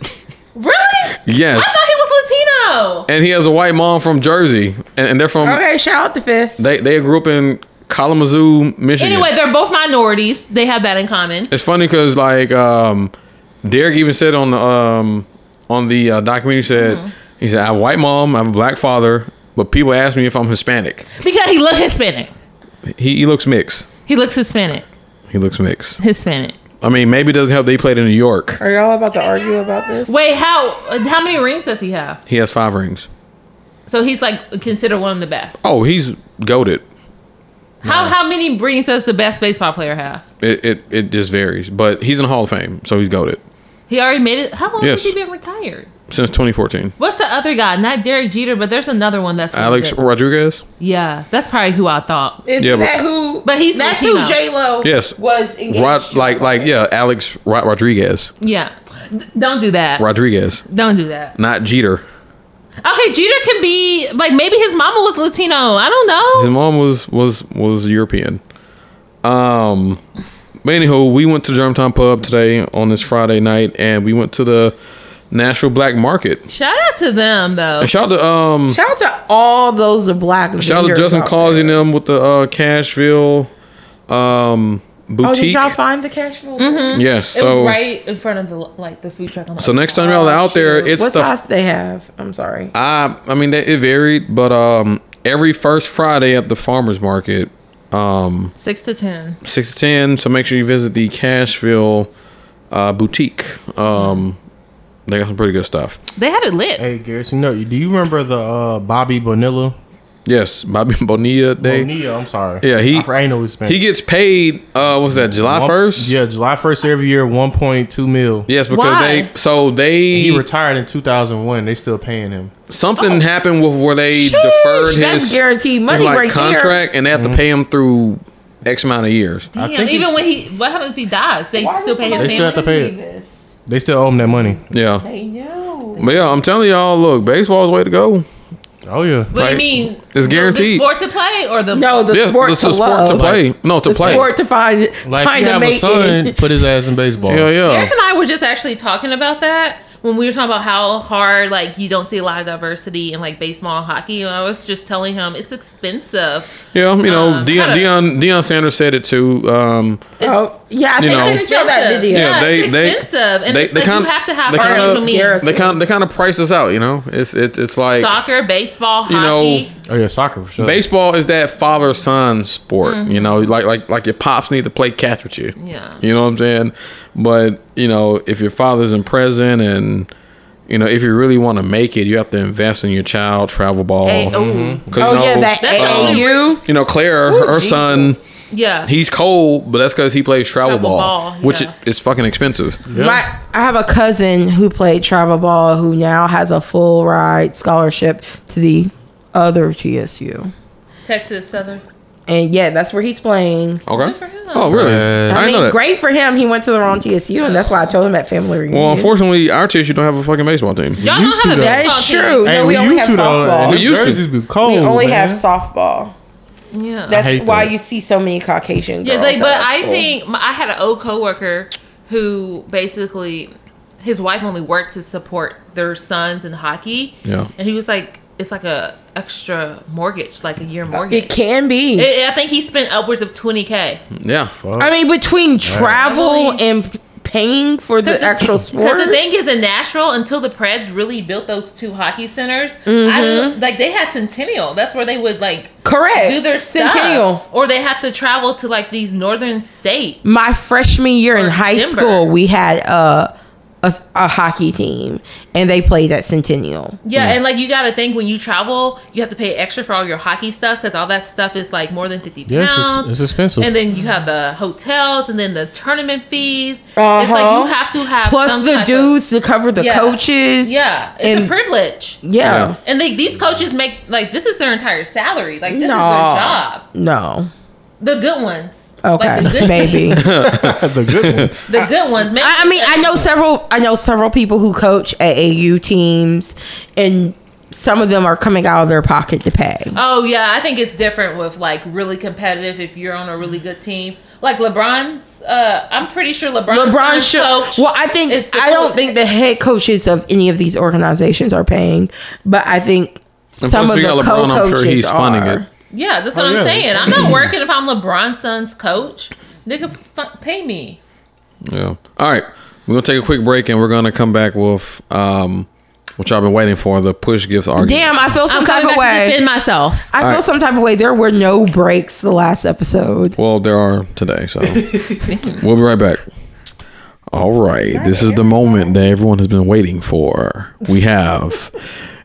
B: Really? I
A: Yes,
B: thought he was Latino.
A: and he has a white mom from Jersey, and, and they're from
D: Okay, shout out to Fist.
A: they they grew up in Kalamazoo, Michigan.
B: Anyway, they're both minorities. They have that in common.
A: it's funny because like um, Derek even said on the um, on the uh, documentary he said he said I have a white mom, I have a black father, but people ask me if I'm Hispanic.
B: Because he look Hispanic.
A: He, he looks mixed.
B: He looks Hispanic.
A: He looks mixed.
B: Hispanic.
A: I mean, maybe it doesn't help. They played in New York.
D: Are y'all about to argue about this?
B: Wait, how how many rings does he have?
A: He has five rings.
B: So he's like considered one of the best.
A: Oh, he's goaded.
B: How how many rings does the best baseball player have?
A: It, it it just varies, but he's in the Hall of Fame, so he's goaded
B: He already made it. How long
A: Yes.
B: has he been retired?
A: since 2014.
B: What's the other guy? Not Derek Jeter, but there's another one that's really
A: Alex
B: good.
A: Rodriguez.
B: Yeah, that's probably who I thought.
D: Is
A: Yeah, but-
D: that who?
B: But he's
D: that's
B: Latino.
D: who J Lo
A: Yes.
D: was engaged.
A: Rod,
D: to.
A: like like yeah, Alex Ro- Rodriguez.
B: Yeah, D- don't do that.
A: Rodriguez,
B: Don't do that.
A: not Jeter.
B: Okay, Jeter can be like maybe his mama was Latino. I don't know.
A: His mom was was was European. Um, but anywho, we went to Germantown Pub today on this Friday night, and we went to the Nashville Black Market.
B: Shout out to them though.
A: And shout out to um
D: Shout out to all those black.
A: shout out to
D: vendors
A: Justin
D: out
A: Claus
D: there.
A: and them with the uh, Cashville um
D: Oh, did
A: boutique.
D: y'all find the cash flow?
A: yes,
B: It
A: so
B: was right in front of the like the food truck. I'm like, oh,
A: So next time y'all are out there, it's
D: What
A: the
D: sauce they have? I'm sorry.
A: I I mean it varied, but um every first Friday at the farmers market, um
B: six to ten.
A: six to ten. So make sure you visit the Cashville uh, boutique. Um, they got some pretty good stuff.
B: They had it lit.
E: Hey, Garrison, no, do you remember the uh, Bobby Bonilla
A: Yes, Bobby <laughs> Bonilla Day.
E: Bonilla, I'm sorry.
A: Yeah, he
E: I, for- I know his Spanish.
A: he gets paid. Uh, what's that? July
E: One-
A: first.
E: Yeah, July first every year, one point two mil.
A: Yes, because
B: Why?
A: they so they
E: He retired in 2001. They still paying him.
A: something happened with where they
D: Oh. Sheesh,
A: deferred
D: that's
A: his,
D: guaranteed money
A: his like
D: right there.
A: contract and they
E: Mm-hmm.
A: have to pay him through X amount of years.
B: Damn,
E: think
B: even
E: it's-
B: when he, what happens if he dies? They still pay his
E: They
B: family.
E: still have to pay it. They still owe him that money.
A: Yeah,
D: I know.
A: but yeah, I'm telling y'all, look, baseball's the way to go.
E: Oh yeah.
B: what do
A: Right.
B: you mean?
A: It's
B: The- the
A: guaranteed.
B: sport to play or the
D: No, the
A: Yeah,
D: sport,
A: this
D: to,
A: is a sport to
D: love.
A: play. No, to
D: The
A: play.
D: sport to find,
E: Like if
D: trying
E: you
D: to
E: have a
D: make
E: son,
D: it.
E: put his ass in baseball.
A: Yeah, yeah.
B: Harris and I were just actually talking about that when we were talking about how hard like you don't see a lot of diversity in like baseball and hockey. And I was just telling him it's expensive.
A: Yeah, you know,
B: Um,
A: Dion,
B: how to-
A: Dion, Dion Sanders said it too. Um,
B: It's,
D: <laughs> Oh, yeah, I
A: You
D: think
A: know.
D: I didn't show that
B: expensive.
D: video.
A: Yeah,
B: Yeah,
A: they-
B: it's
A: they-
B: expensive, and
A: they-
B: it's
A: they
B: like
A: kinda-
B: you have to have
A: they kinda-
B: financial means.
A: they kind they kind of price us out. You know, it's it's it's like
B: Soccer, baseball, hockey.
A: You know,
E: Oh yeah, soccer for sure.
A: baseball is that father son sport. You know, like like like your pops need to play catch with you.
B: Mm-hmm. Yeah.
A: you know what I'm saying. But you know, if your father isn't present and you know, if you really want to make it, you have to invest in your child travel ball.
B: Hey, oh,
A: 'Cause, you
D: Oh
A: know,
D: yeah, that
B: That's
D: AAU.
A: you know, Claire, her, her son,
B: yeah.
A: he's cold, but that's because he plays travel,
B: Travel
A: ball,
B: ball,
A: which
B: yeah.
A: is fucking expensive.
D: My, I have a cousin who played travel ball who now has a full ride scholarship to the other TSU.
B: Texas Southern.
D: And yeah, that's where he's playing.
A: Okay.
B: Good for him.
A: Oh, really? I,
E: Right.
D: I,
A: didn't know
D: mean,
A: that.
D: great for him. He went to the wrong TSU, and that's why I told him at family reunion.
A: Well, unfortunately, our TSU don't have a fucking baseball team.
B: Y'all
E: You
B: don't have a
E: two
D: that
B: baseball
D: is true.
E: Hey,
D: no, we,
E: we,
D: only
E: used
D: have
E: to though.
A: We
D: softball.
E: We
D: We,
A: used
E: used
A: to.
E: Be cold,
D: only have
E: man.
D: softball.
B: team. Yeah.
D: That's
E: hate
D: why
E: that.
D: you see so many Caucasian girls.
B: Yeah, they,
D: at
B: but
D: our
B: I
D: school.
B: think my, I had an old coworker who basically his wife only worked to support their sons in hockey.
A: Yeah.
B: and he was like, it's like a extra mortgage, like a year mortgage.
D: it can be.
B: I I think he spent upwards of twenty k
A: Yeah.
D: I mean, between travel
B: Really?
D: and paying for the actual sport.
B: because the thing is in Nashville until the Preds really built those two hockey centers,
D: Mm-hmm.
B: I don't- like they had Centennial. That's where they would like
D: Correct.
B: do their
D: Centennial.
B: stuff, or they have to travel to like these northern states.
D: my freshman year in
B: Or
D: high
B: Denver.
D: school, we had a, a a hockey team, and they played at Centennial.
B: Yeah, and like you got to think when you travel, you have to pay extra for all your hockey stuff because all that stuff is like more than fifty
E: Yeah, it's ex-
B: pounds.
E: it's expensive.
B: And then you have the hotels, and then the tournament fees. It's like
D: Uh-huh.
B: you have to have
D: Plus
B: some
D: the
B: type
D: dudes to cover the
B: Yeah.
D: coaches.
B: Of, yeah, it's a
D: and-
B: privilege.
D: Yeah.
B: And they, these coaches make like this is their entire salary. Like this is their
D: No.
B: job.
D: No.
B: The good ones.
D: Okay.
B: Like, the good
D: <laughs> Maybe.
B: teams,
E: the
D: <laughs>
E: good ones.
B: the good ones. Maybe
D: I, I mean, I know several. I know several people who coach at AU teams, and some of them are coming out of their pocket to pay.
B: Oh yeah, I think it's different with like really competitive if you're on a really good team. Like LeBron's, uh, I'm pretty sure LeBron's
D: LeBron
B: son's
D: should.
B: coach
D: Well, I think
B: is the
D: I don't
B: coach.
D: think the head coaches of any of these organizations are paying, but I think some
A: plus
D: of
A: we
D: the
A: got LeBron, I'm
D: co-coaches
A: sure he's
D: are.
A: funding it.
B: Yeah, that's what
E: Oh,
B: I'm
E: yeah.
B: saying. I'm not working if I'm LeBron's son's coach. Nigga, f- pay me.
A: Yeah. All right. We're gonna take a quick break and we're gonna come back with um what y'all been waiting for, the push gifts argument.
D: Damn, I feel some
B: I'm
D: type
B: coming
D: of
B: back to
D: way.
B: defend myself.
D: I feel
A: right.
D: some type of way. There were no breaks the last episode.
A: Well, there are today,
B: <laughs>
A: so <laughs> we'll be right back. All right. This is the moment that everyone has been waiting for. We have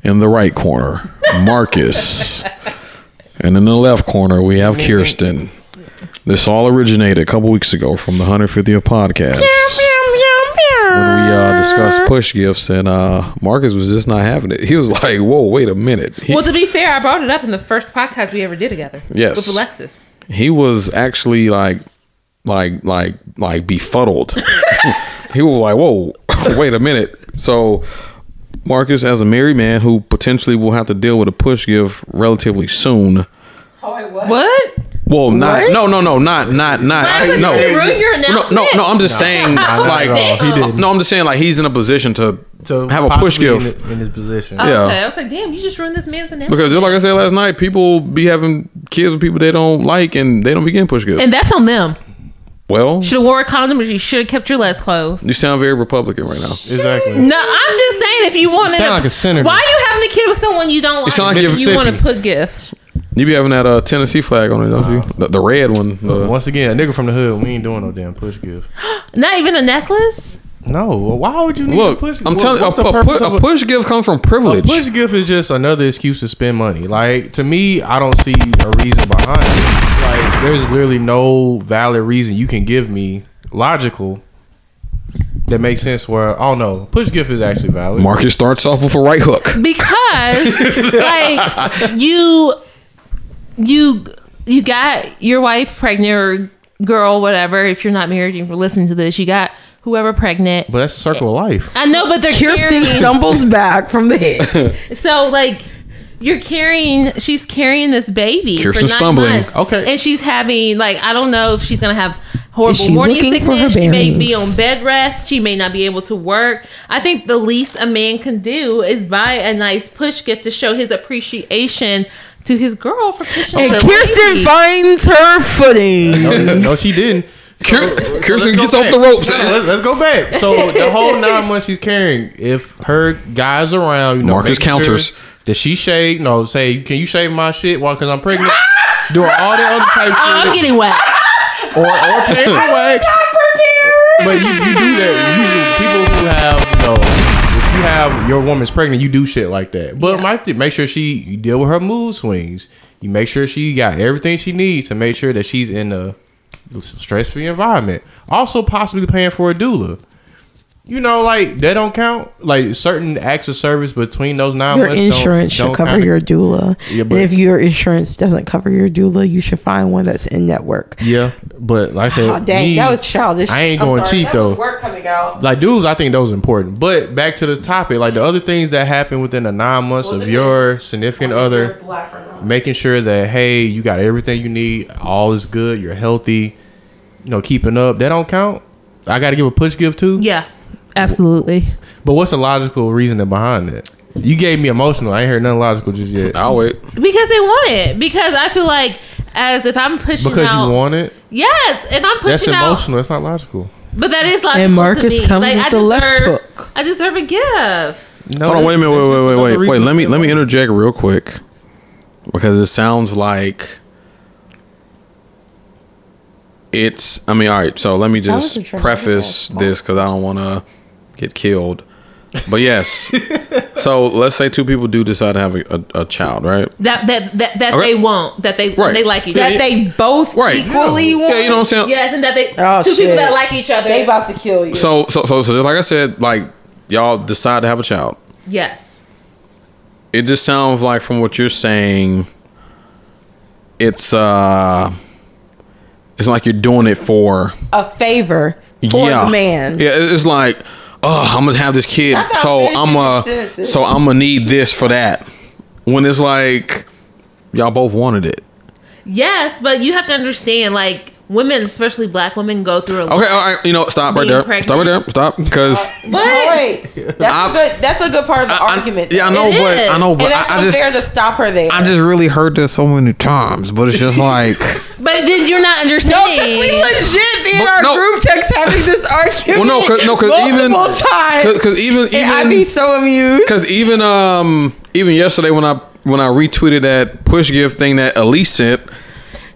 A: in the right corner,
B: <laughs>
A: Marcus. and in the left corner we have Kirsten. This all originated a couple weeks ago from the 150th podcast. when we uh, discussed push gifts, and uh, Marcus was just not having it. He was like, "Whoa, wait a minute." He,
B: Well, to be fair, I brought it up in the first podcast we ever did together.
A: Yes.
B: with Alexis.
A: he was actually like, like, like, like befuddled. <laughs> he was like, "Whoa, <laughs> wait a minute." So, Marcus, as a married man who potentially will have to deal with a push gift relatively soon.
B: What?
A: Well, not no, no, no, not not
B: Ryan,
A: not
B: did
A: no.
B: you ruin your
A: No,
B: announcement?
A: no, no. I'm just saying,
B: Nah, not
A: like,
B: at all. He didn't.
A: no, I'm just saying, like, he's in a position to,
E: So
A: have a push
E: possibly in
A: gift.
E: the- in, his position.
B: Oh,
A: Yeah.
B: Okay, I was like, damn, you just ruined this man's announcement.
A: Because just like I said last night, people be having kids with people they don't like, and they don't be getting push gifts.
B: and that's on them.
A: well,
B: Should have wore a condom, but you should have kept your legs closed.
A: you sound very Republican right now.
E: Exactly.
B: No, I'm just saying if you want to
E: sound like a senator.
B: Why are you having a kid with someone you don't like?
A: sound like
B: but
A: you're
B: you want to
E: Mississippi.
B: put gift.
A: You be having that uh, Tennessee flag on it, don't you? The, the red one. the-
E: Uh, Once again, a nigga from the hood. We ain't doing no damn push gift.
B: Not even a necklace.
E: No, well, why would you need
A: Look,
E: a push?
A: I'm
E: what-
A: telling you, a,
E: what's the
A: a,
E: purpose
A: pu-
E: of
A: a push gift comes from privilege.
E: A push gift is just another excuse to spend money. Like to me, I don't see a reason behind it. Like there's literally no valid reason you can give me logical that makes sense. Where oh no, push gift is actually valid.
A: Marcus starts off with a right hook.
B: because like you you you got your wife pregnant or girl whatever if you're not married and you're listening to this you got whoever pregnant
E: but that's the circle of life.
B: i know but they're
D: Kirsten
B: carrying
D: stumbles back
B: <laughs>
D: from the hitch.
B: so like you're carrying she's carrying this baby
A: Kirsten
B: for nine
A: stumbling.
B: months.
E: Okay.
B: and she's having like i don't know if she's gonna have horrible
D: Is she
B: morning
D: looking
B: sickness
D: for her
B: she may
D: bearings?
B: be on bed rest she may not be able to work i think the least a man can do is buy a nice push gift to show his appreciation to his girl for pushing
D: and
B: her
D: Kirsten
B: baby.
D: finds her footing.
E: No, no, she didn't.
A: Kir- Kirsten
E: let's go
A: gets off
E: back.
A: the ropes.
E: No, let's, let's go
A: <laughs>
E: back. So the whole nine months she's carrying, if her guys around, you know,
A: Marcus
E: making sure
A: counters.
E: that she shave? No, say, can you shave my shit? Why? Because
A: <laughs>
E: I'm pregnant. Doing all that other type
B: Oh,
E: shit,
B: i'm getting wet
D: <laughs>
E: or or paying for wax. But you, you do that. You do, people who have you know, if you have your woman's pregnant, you do shit like that. But my th- make sure she you deal with her mood swings. You make sure she got everything she needs to make sure that she's in a stress free environment. Also, possibly paying for a doula. You know, like they don't count. Like certain acts of service between those 9
D: Your
E: months. don't-
D: insurance should
E: don't
D: cover
E: kinda-
D: your doula.
E: Yeah,
D: And
E: but-
D: if your insurance doesn't cover your doula, you should find one that's in network.
E: Yeah, but like I said,
D: Oh, dang,
E: me-
D: that was childish.
E: I ain't
D: I'm
E: going
D: sorry,
E: cheap
D: that
E: though.
D: was work coming out.
E: like dudes, I think those are important. But back to this topic, like the other things that happen within the nine months of your significant other, making sure that hey, you got everything you need, all is good, you're healthy, you know, keeping up. That don't count. I got to give a push gift too.
B: yeah absolutely
E: But what's the logical reasoning behind that? You gave me emotional. I ain't heard nothing logical just yet.
A: I'll wait.
B: because they want it because i feel like as if i'm pushing
E: Because
B: out
E: you want it.
B: yes and i'm pushing
E: That's
B: out
E: emotional. That's not logical.
B: But that is like
D: And Marcus
B: to me.
D: comes
B: like,
D: with
B: I
D: the left
B: deserve-
D: hook.
B: I deserve a gift.
E: No,
A: Hold on, wait a minute,
E: Oh, that's
A: wait, wait, wait,
E: just another
A: wait, wait.
E: reason
A: Let me
E: to
A: let me
E: emotional.
A: interject real quick because it sounds like it's. I mean, all right. So let me
D: was a
A: just
D: tremendous
A: preface this because I don't want to get killed. But yes. so let's say two people do decide to have a, a, a child, right?
B: That that that, that
A: Okay.
B: they won't. That they
A: Right.
B: they like each
D: That
B: other.
D: they both
A: Right.
D: equally want.
A: Yeah, you know what I'm saying.
B: yes, and that they two
D: Oh, shit.
B: people that like each other.
D: They about to kill you.
A: So so so so just like I said, like y'all decide to have a child.
B: yes.
A: it just sounds like from what you're saying it's uh it's like you're doing it for
D: a favor for
A: yeah
D: the man.
A: yeah it- it's like oh i'm gonna have this kid
D: That's how
A: so
D: finishing
A: i'm uh
D: sentences.
A: so i'm gonna need this for that when it's like y'all both wanted it
B: Yes, but you have to understand like women, especially black women go through a lot.
A: okay all right you know what, stop right
B: Being
A: there
B: pregnant.
A: stop right there stop because
B: But
D: Wait, that's a
A: I-
D: good. That's a good part of the argument.
A: yeah i
D: though.
A: know
B: It
A: but
B: is.
A: i know
D: And
A: but
D: that's
A: I, I
D: unfair
A: just
D: to stop her there.
A: i just really heard that so many times but it's just like
B: but then you're not
D: No, 'cause we
B: understanding.
D: legit be in
A: But
D: our
A: no.
D: group text having this
A: well
D: argument.
A: no cause, no, <laughs> cause even
D: multiple times.
A: cause, 'cause even even
D: and I'd be so amused.
A: Because even um even yesterday when I when I retweeted that push gift thing that Elise sent,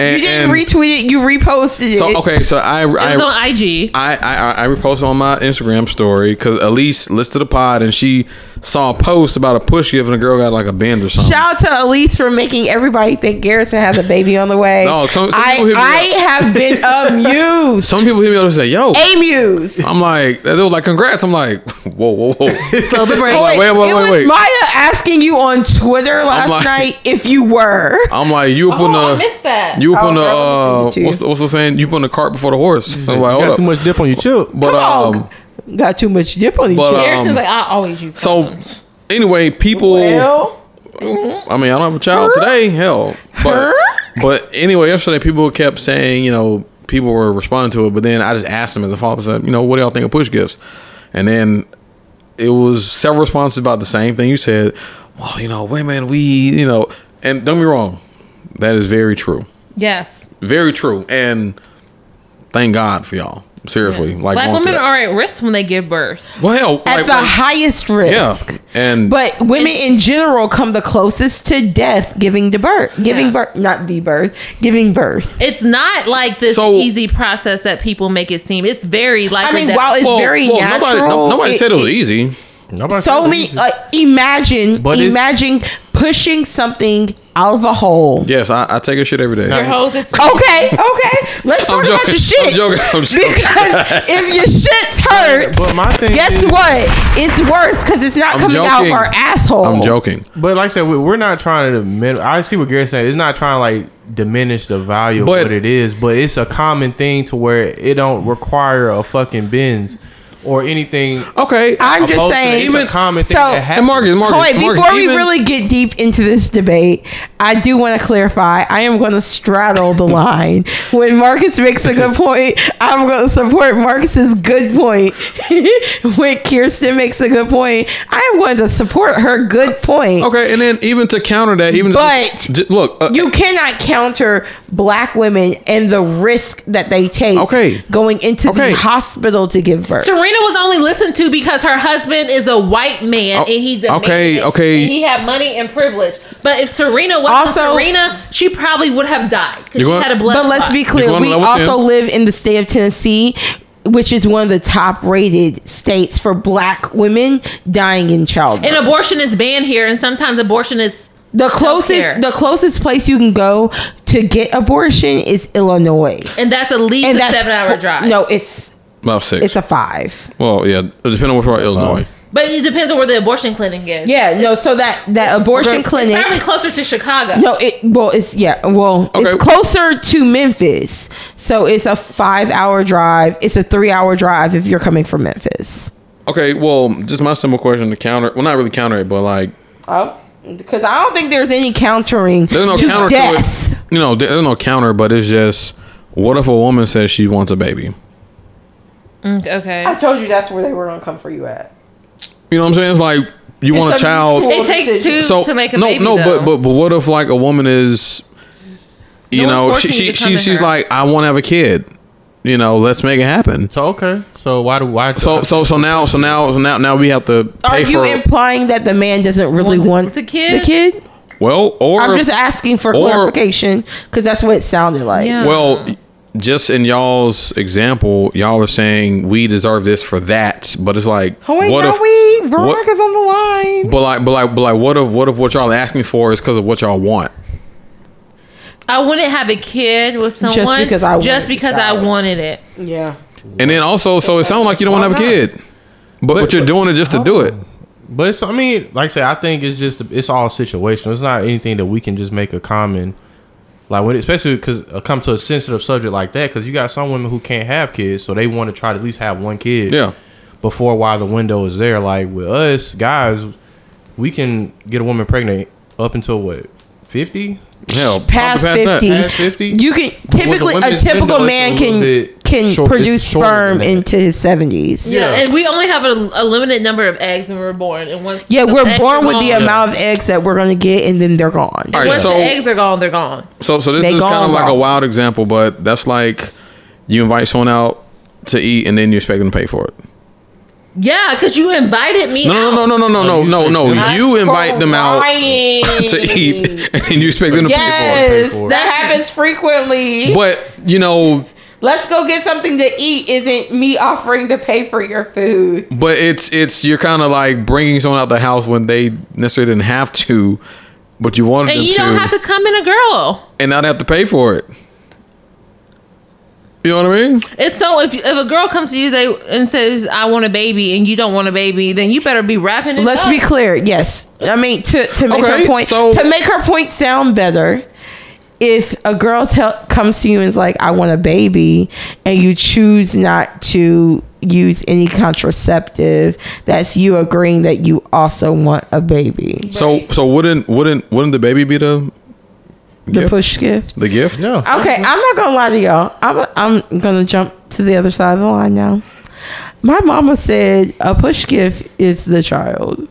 A: and,
D: You didn't
A: and-
D: retweet it. You reposted it.
A: So okay, so I
B: It was
A: I,
B: on IG.
A: I I I reposted on my Instagram story because Elise listed a pod and she saw a post about a push gift and the girl got like a bend or something.
D: Shout out to Elise for making everybody think Garrison has a baby on the way.
A: <laughs> No, some- some
D: I,
A: people hit me
D: I have
A: <laughs>
D: been amused.
A: Some people hit me up and say, "Yo."
D: Amused.
A: I'm like, they was like, congrats. I'm like, whoa, whoa,
D: <laughs>
A: whoa.
B: Slow the break.
A: Oh, wait, wait, wait,
D: it was
A: wait.
D: Maya asking you on Twitter last
A: like-
D: night if
A: <laughs>
D: you were. <laughs>
A: I'm like, you were putting
B: oh,
A: the
B: I missed that.
A: you were
D: Oh,
A: putting
D: girl, let me send it
A: the uh,
D: to you.
A: what's the, what's the saying? You putting the cart before the horse. I'm like,
E: You got
A: hold
E: too
A: up.
E: much dip on your chip.
A: But
D: Come
A: um,
D: on. Got too much dip on each
A: But,
D: other.
A: um,
B: Harrison's like I always use.
A: so
B: condoms.
A: anyway, people.
D: well,
A: I mean, I don't have a child today, hell. But but anyway, yesterday people kept saying, you know, people were responding to it, but then I just asked them as a follow up, said, you know, what do y'all think of push gifts? And then it was several responses about the same thing you said. Well, you know, women, we, you know, and don't be wrong, that is very true,
B: yes,
A: very true, and thank God for y'all Seriously, like going
B: Black
A: through
B: women
A: that.
B: are at risk when they give birth.
A: well, hell,
D: At
A: like,
D: the
A: like-
D: highest risk.
A: yeah, and
D: But women in general come the closest to death giving to birth, giving
B: Yeah.
D: birth, not be birth, giving birth.
B: It's not like this
A: So-
B: easy process that people make it seem. It's very likely.
D: I mean,
B: that,
D: while it's
A: well,
D: very
A: well,
D: natural,
A: Nobody, no- nobody
D: it-
A: said it was easy. <laughs>
E: Nobody
D: So
E: said
D: many. uh,
E: it.
D: Like, imagine,
E: But it's-
D: imagine pushing something out of a hole.
A: Yes, I, I take a shit every day.
B: your hoes ex-
D: <laughs> Okay, okay. Let's
A: I'm
D: talk about
A: joking.
D: your shit.
A: I'm joking.
D: <laughs>
A: I'm joking.
D: Because if your shit's
A: <laughs>
D: hurt,
E: But my thing
D: guess
E: is-
D: what? It's worse because it's not
A: I'm
D: coming out of
A: joking.
D: our asshole.
A: I'm joking.
E: But like I said, we- we're not trying to. Dimin- I see what Gary's saying. It's not trying to like diminish the value
A: But-
E: of what it is, but it's a common thing to where it don't require a fucking bins or anything.
A: Okay,
D: I'm just
E: opposed to
D: saying.
E: it's a common thing
D: so-
E: that happens.
A: and Marcus, Marcus,
D: Wait,
A: Marcus,
D: before we
A: even-
D: really get deep into this debate, I do want to clarify. I am going to
A: <laughs>
D: straddle the line. When Marcus makes a good point, I'm going to support Marcus's good point. <laughs> when Kirsten makes a good point, I am going to support her good point.
A: Okay, and then even to counter that, even
D: But
A: j- look, uh,
D: You cannot counter black women and the risk that they take
A: Okay.
D: going into
A: Okay.
D: the hospital to give
B: <laughs>
D: birth.
B: Serena was only listened to because her husband is a white man
A: Oh,
B: and he demanded
A: okay,
B: it,
A: okay.
B: and he had money and privilege. But if Serena wasn't
D: Also-
B: Serena, she probably would have died because
A: You
B: she
A: want-
B: had a blood.
D: But let's
B: clot.
D: be clear,
A: going
D: we
A: level
D: also
A: 10?
D: live in the state of Tennessee, which is one of the top rated states for black women dying in childbirth.
B: And abortion is banned here, and sometimes abortion is
D: the closest
B: healthcare.
D: the closest place you can go to get abortion is Illinois.
B: and that's at least
D: And
B: a
D: that's
B: seven hour drive.
D: No, it's
A: about six.
D: it's a five.
A: well, yeah, depending on which part of Illinois.
B: but it depends on where the abortion clinic is.
D: Yeah, no, so that that abortion
B: it's
D: clinic
B: probably closer to Chicago.
D: no, it well, it's yeah, well,
A: Okay.
D: it's closer to Memphis, so it's a five-hour drive. It's a three-hour drive if you're coming from Memphis.
A: Okay, well, just my simple question to counter. Well, not really counter it, but like
D: Oh, because I don't think there's any countering
A: there's no
D: to
A: counter
D: death.
A: to it. You know, there's no counter, but it's just what if a woman says she wants a baby?
B: Mm, Okay.
D: I told you that's where they were gonna come for you at.
A: You know what I'm saying? It's like you want a
D: It's a
A: child.
D: mutual-
B: It takes two
A: So
B: to make a
A: no,
B: baby.
A: no,
B: though.
A: but but but what if like a woman is, you
B: No one's
A: know, she
B: forcing
A: she,
B: you to come
A: she
B: to
A: she's
B: her.
A: like, I want to have a kid. You know, let's make it happen.
E: So okay, so why do why?
A: So so so now so now so now now we have to
D: Are
A: pay
D: you
A: for
D: implying that the man doesn't really
B: Want
D: want,
B: the kid?
D: The kid?
A: well or
D: I'm just asking for
A: or-
D: clarification because that's what it sounded like.
B: Yeah.
A: well just in y'all's example y'all are saying we deserve this for that but it's like
D: Oh wait,
A: what
D: no,
A: if
D: we
A: what-
D: Veronica's on the line.
A: but like but like but like what if what if what y'all asking for is because of what y'all want
B: I wouldn't have a kid with someone
D: Just because I
B: just
D: wanted
B: because
D: a
B: I
D: child.
B: wanted it.
D: Yeah.
A: and then also so it sounds like you don't want to have a kid but, but you're doing it just to do it
B: Oh.
E: But it's, I mean, like I said, I think it's just it's all situational. It's not anything that we can just make a common, like when especially because come to a sensitive subject like that. Because you got some women who can't have kids, so they want to try to at least have one kid.
A: yeah
E: Before while the window is there, like with us guys, we can get a woman pregnant up until what fifty.
A: hell
D: Past
A: I'll be that.
D: 50,
E: Past 50?
D: you can
E: the
D: typically a
E: women's
D: typical
E: window, it's a
D: man
E: little
D: can
E: bit
D: can
E: short- it's
D: produce
E: shorter than
D: sperm
E: that.
D: into his 70s.
B: Yeah.
E: Yeah.
B: and we only have a, a limited number of eggs when we're born. And once
D: Yeah,
B: those
D: we're
B: eggs
D: born
B: are
D: with the
B: gone-
D: amount of eggs that we're gonna get, and then they're gone.
A: All right,
B: Once
A: so-
B: the eggs are gone, they're gone.
A: So so this
D: They
A: is kind of
D: gone
A: like a
D: wrong.
A: wild example, but that's like you invite someone out to eat and then you expect them to pay for it.
B: Yeah, because you invited me.
A: No no
B: out.
A: no no no no no no no.
E: Not
A: You invite them out
D: Right.
A: to eat and you expect them to pay for it.
D: Yes,
E: for it.
D: that happens frequently.
A: But you know,
D: Let's go get something to eat. Isn't me offering to pay for your food?
A: but it's it's you're kind of like bringing someone out the house when they necessarily didn't have to, but you wanted
B: And
A: them
B: you
A: to,
B: don't have to come in a girl.
A: and not have to pay for it. You know what I mean?
B: It's so if if a girl comes to you they and says I want a baby and you don't want a baby, then you better be wrapping it
D: Let's
B: up.
D: be clear. Yes, I mean to to make
A: Okay,
D: her point
A: so-
D: to make her point sound better. If a girl tell, comes to you and is like, "I want a baby," and you choose not to use any contraceptive, that's you agreeing that you also want a baby.
A: So so wouldn't wouldn't wouldn't the baby be the
D: The
A: gift?
D: push gift.
A: the gift?
E: Yeah.
D: Okay, I'm not gonna lie to y'all. I'm I'm gonna jump to the other side of the line now. My mama said a push gift is the child.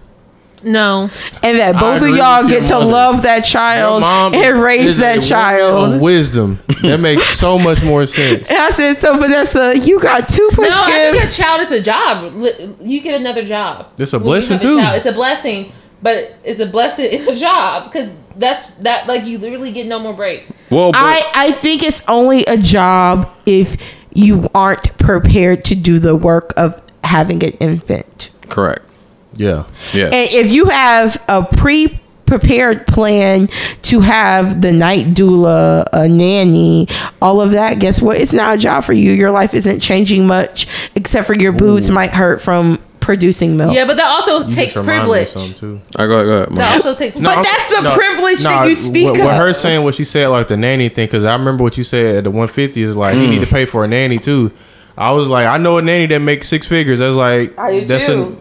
B: No.
D: and that both of
E: agree
D: y'all
E: with your
D: get to
E: mother.
D: love that
E: Your
D: child
E: mom
D: and
E: is
D: raise
E: a
D: that
E: woman of
D: child.
E: wisdom. That makes so much more
D: <laughs>
E: sense.
D: And I said, so Vanessa, you got two push
B: no, I think a
D: gifts.
B: child is a job. Li- You get another job.
E: It's a
B: When you
E: blessing,
B: have a
E: too.
B: child. It's a blessing, but it's a blessing in a job because that's that like you literally get no more breaks.
A: Well, but
D: I, I think it's only a job if you aren't prepared to do the work of having an infant.
A: correct.
E: Yeah.
A: Yeah.
D: And if you have a pre prepared plan to have the night doula, a nanny, all of that, guess what? It's not a job for you. Your life isn't changing much except for your boobs might hurt from producing milk.
B: Yeah, but that also takes
E: Just remind me of
B: privilege.
E: something, too.
A: I go, go ahead. Mom.
B: That also takes.
E: No,
D: But
E: I'm-
D: that's the privilege that you speak
E: what, What
D: of.
E: her saying, what she said, like the nanny thing, because I remember what you said at the 150 is like, you need
A: Mm.
E: to pay for a nanny too. I was like, I know a nanny that makes six figures. That's like,
D: I do
E: that's
D: too.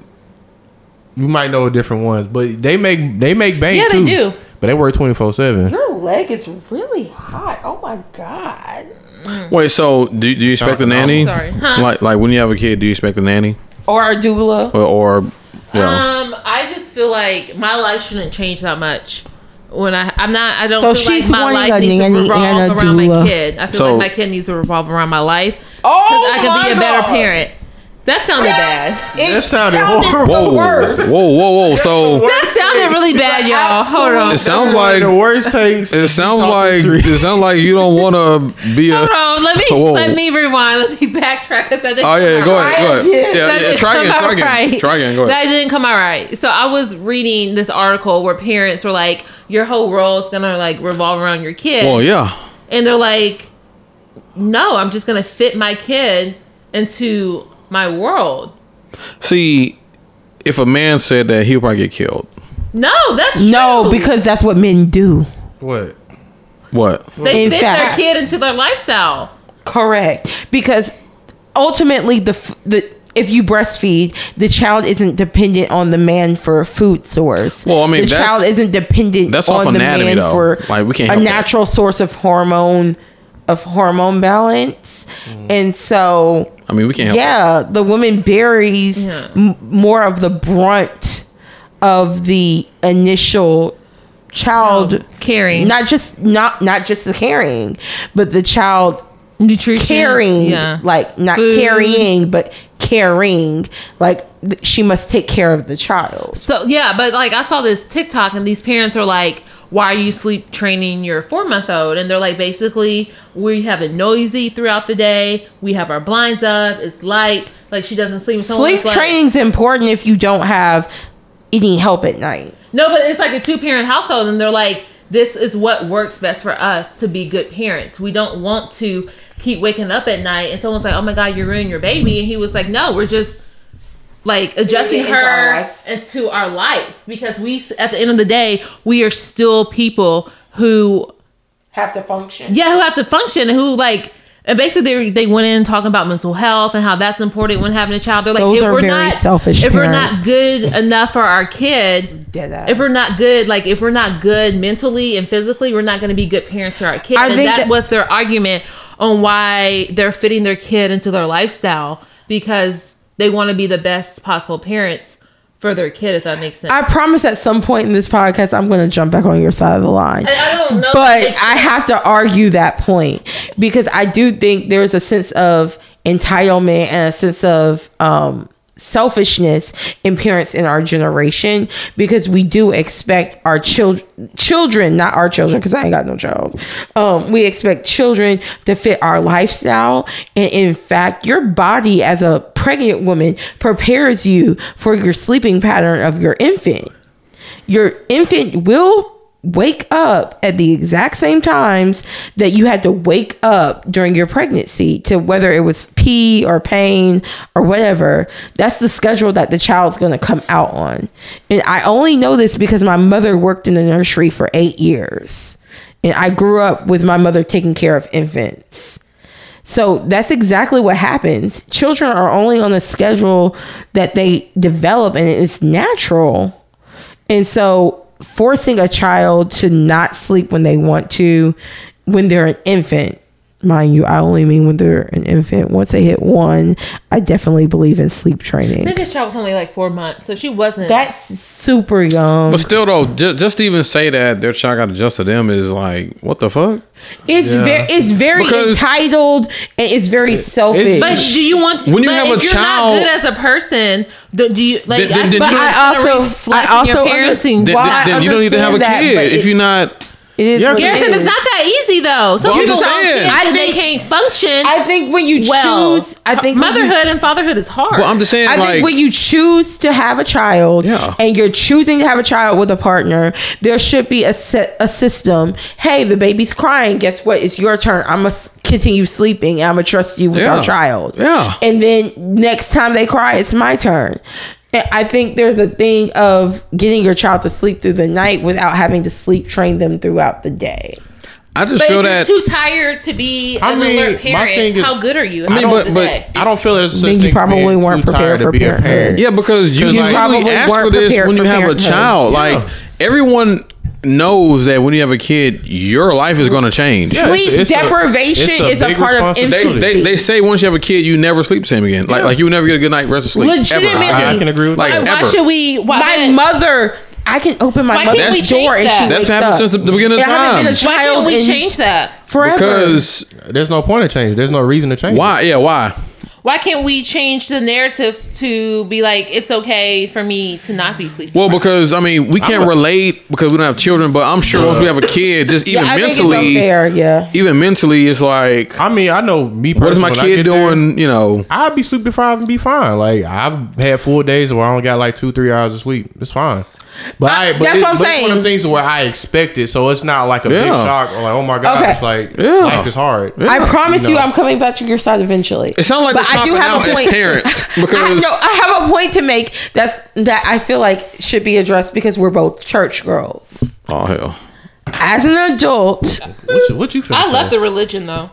E: you might know different ones, but they make they make bank.
B: Yeah, they
E: too,
B: do.
E: But they work twenty four seven.
D: Your leg is really hot. Oh my god.
A: Wait, so do, do you expect a nanny?
B: Sorry. Huh?
A: Like like when you have a kid, do you expect a nanny
D: Or a doula.
A: or, or you know,
B: Um, I just feel like my life shouldn't change that much. When I, I'm not, I don't.
D: So
B: feel
D: she's
B: like my
D: wanting
B: life
D: a
B: needs to
D: nanny
B: revolve
D: and a
B: around my
D: doula.
B: kid. I feel
A: So-
B: like my kid needs to revolve around my life. 'cause
D: Oh
B: I could be a
D: my
B: better
D: God.
B: parent. That sounded bad.
D: It
E: That sounded horrible.
A: whoa, whoa, whoa, whoa. So
B: That sounded really bad, y'all. Hold on.
A: it sounds like
E: the worst takes.
A: it sounds like it sounds like you don't want to be a.
B: Hold on. Let me
A: Whoa.
B: let me rewind. Let me backtrack. 'cause I didn't
A: Oh yeah, go ahead, go ahead.
D: again.
A: Yeah,
B: That
A: yeah,
B: didn't
A: try again,
B: come
A: try
B: out
A: again,
B: right.
A: try again. Go ahead.
B: That didn't come out right. So I was reading this article where parents were like, "Your whole world's gonna like revolve around your kid,"
A: Well, yeah,
B: and they're like, "No, I'm just gonna fit my kid into my world."
A: see, if a man said that, he'll probably get killed.
B: No, that's
D: No,
B: true.
D: because that's what men do.
E: what?
A: What?
B: they
D: In
B: fit
D: fact.
B: their kid into their lifestyle.
D: Correct. Because ultimately the f- the if you breastfeed, the child isn't dependent on the man for a food source.
A: Well, I mean,
D: the
A: that's-
D: child isn't dependent
A: that's off
D: on the
A: anatomy,
D: man
A: though.
D: for
A: Like, we can't
D: a
A: help that.
D: natural source of hormone of hormone balance,
A: Mm.
D: and so
A: I mean, we can't help.
D: yeah, the woman buries
B: Yeah.
D: m- more of the brunt of the initial child
B: Caring,
D: not just not not just the carrying, but the child
B: nutrition,
D: caring,
B: Yeah,
D: like not
B: Food.
D: carrying, but caring. Like th- she must take care of the child.
B: So yeah, but like I saw this TikTok and these parents are like, "Why are you sleep training your four month old?" And they're like, basically, we have it noisy throughout the day. We have our blinds up. It's light. Like she doesn't sleep. Someone
D: Sleep
B: was like-
D: training's important if you don't have any help at night.
B: No, but it's like a two parent household, and they're like, "This is what works best for us to be good parents. We don't want to keep waking up at night." And someone's like, "Oh my God, you're ruining your baby," and he was like, "No, we're just." Like adjusting
D: into our
B: her
D: life.
B: into our life because we, at the end of the day, we are still people who
D: Have to function.
B: yeah, who have to function and who like and basically they, they went in talking about mental health and how that's important when having a child. They're like,
D: Those
B: if
D: are
B: we're
D: very
B: not
D: selfish
B: if we're not
D: parents.
B: good enough for our kid,
D: Deadass.
B: if we're not good, like if we're not good mentally and physically, we're not going to be good parents to our kid.
D: I
B: and
D: think
B: that,
D: that-
B: was their argument on why they're fitting their kid into their lifestyle because they want to be the best possible parents for their kid. If that makes sense.
D: I promise at some point in this podcast, I'm going to jump back on your side of the line.
B: And I don't know.
D: but
B: if-
D: I have to argue that point because I do think there's a sense of entitlement and a sense of um, selfishness in parents in our generation because we do expect our children, children, not our children, because I ain't got no child. Um, we expect children to fit our lifestyle, and in fact, your body as a pregnant woman prepares you for your sleeping pattern of your infant your infant will wake up at the exact same times that you had to wake up during your pregnancy to whether it was pee or pain or whatever that's the schedule that the child's going to come out on and i only know this because my mother worked in the nursery for 8 years and i grew up with my mother taking care of infants so that's exactly what happens children are only on a schedule that they develop and it's natural and so forcing a child to not sleep when they want to when they're an infant Mind you, I only mean when they're an infant. Once they hit one, I definitely believe in sleep
B: I
D: training.
B: think this child was only like four months, so she wasn't.
D: That's super young.
A: But still, though, just, just to even say that their child got adjusted to them is like, what the fuck?
D: It's very, it's very
A: Because-
D: entitled and it's very selfish.
B: But do you want
A: When you
B: but
A: have
B: if
A: a
B: you're
A: child-
B: not good as a person, do, do you like?
A: Then- then- then
B: I,
A: you don't-
D: I
B: it's gonna
D: also-
B: reflect
D: I
B: in your
D: also under-
B: parenting.
A: Then,
D: Well,
A: then-
D: I
A: then you don't need to have a
D: understand that,
A: kid
D: but
A: if you're
D: it's-
A: not.
D: it is
E: Yeah,
D: what it
B: Garrison,
D: is.
B: it's not that easy though. Some
A: Well, I'm
B: people
A: just
B: don't
A: saying.
B: fit
D: I
B: and they
D: think-
B: can't function.
D: I think when you
B: well.
D: choose, I think when you-
B: motherhood and fatherhood is hard.
A: But I'm just saying,
D: I
A: like,
D: think when you choose to have a child
A: Yeah.
D: and you're choosing to have a child with a partner, there should be a set, a system. Hey, the baby's crying. Guess what? It's your turn. I'm gonna continue sleeping. I'm gonna trust you with
A: Yeah.
D: our child.
A: Yeah.
D: And then next time they cry, it's my turn. And I think there's a thing of getting your child to sleep through the night without having to sleep train them throughout the day.
A: I just
B: but
A: feel
B: if
A: that.
B: you're too tired to be
E: I
B: an
E: mean,
B: alert
E: my thing
B: parent,
E: is-
B: how good are you?
A: I mean,
B: at the end
A: but-
B: of the
A: but-
B: day?
E: I don't feel there's such
D: Then you
E: thing as
D: probably
E: being
D: weren't
E: too
D: prepared
E: tired
D: for
E: to be a
D: parenthood.
E: parent.
A: Yeah, because you,
D: You
A: you
D: probably
A: literally ask for
D: weren't
A: this
D: prepared
A: when
D: for
A: you have a
D: parenthood.
A: child.
E: Yeah.
A: Like everyone knows that when you have a kid, your life is going to change.
E: Yeah, it's-
D: Sleep
E: it's a-
D: deprivation
E: it's a
D: is a
E: big
D: part of
A: They,
E: responsibility.
A: they they say once you have a kid, you never sleep the same again. Like like you never get a good night rest of sleep.
D: Legitimately.
A: ever
E: I, I
A: again.
E: can agree with
A: Like
E: that.
B: why
A: ever.
B: should we? Why
D: my
B: wouldn't-
D: mother. I can open my
B: Why can't we change
D: mother's door and she
B: that?
D: wakes
A: That's happened
D: up.
A: since the beginning of
D: And I haven't been
A: time.
D: a
B: Why
D: child
B: can't we
D: in
B: change that?
D: forever.
A: Because
E: There's no point of change. There's no reason to change. it.
A: why? Yeah, why?
B: Why can't we change the narrative to be like it's okay for me to not be sleeping?
A: Well, because I mean, we can't relate because we don't have children. But I'm sure once we have a kid, just even
D: I think it's
A: mentally,
D: unfair, yeah.
A: even mentally, it's like,
E: I mean, I know me
A: what is
E: personally.
A: my
E: when I
A: kid
E: get there,
A: doing? You know,
E: I'd be sleep deprived and be fine. Like I've had full days where I only got like two, three hours of sleep. It's fine. But I, but
D: that's
E: it-
D: what I'm
E: but It's one
D: saying.
E: of the things where I expected, so it's not like a big
A: Yeah.
E: shock or like, oh my gosh,
D: Okay.
E: like
A: Yeah.
E: life is hard.
D: I promise you,
E: No.
D: I'm coming back to your side eventually.
A: it sounds like
D: But
A: we're
D: I do
A: copping
D: have
A: out
D: a
A: as
D: point.
A: parents
D: <laughs> I,
A: because
D: no, I have a point to make. That's that I feel like should be addressed because we're both church girls.
A: oh hell.
D: As an adult,
E: What you, what you feel?
B: I love the religion though,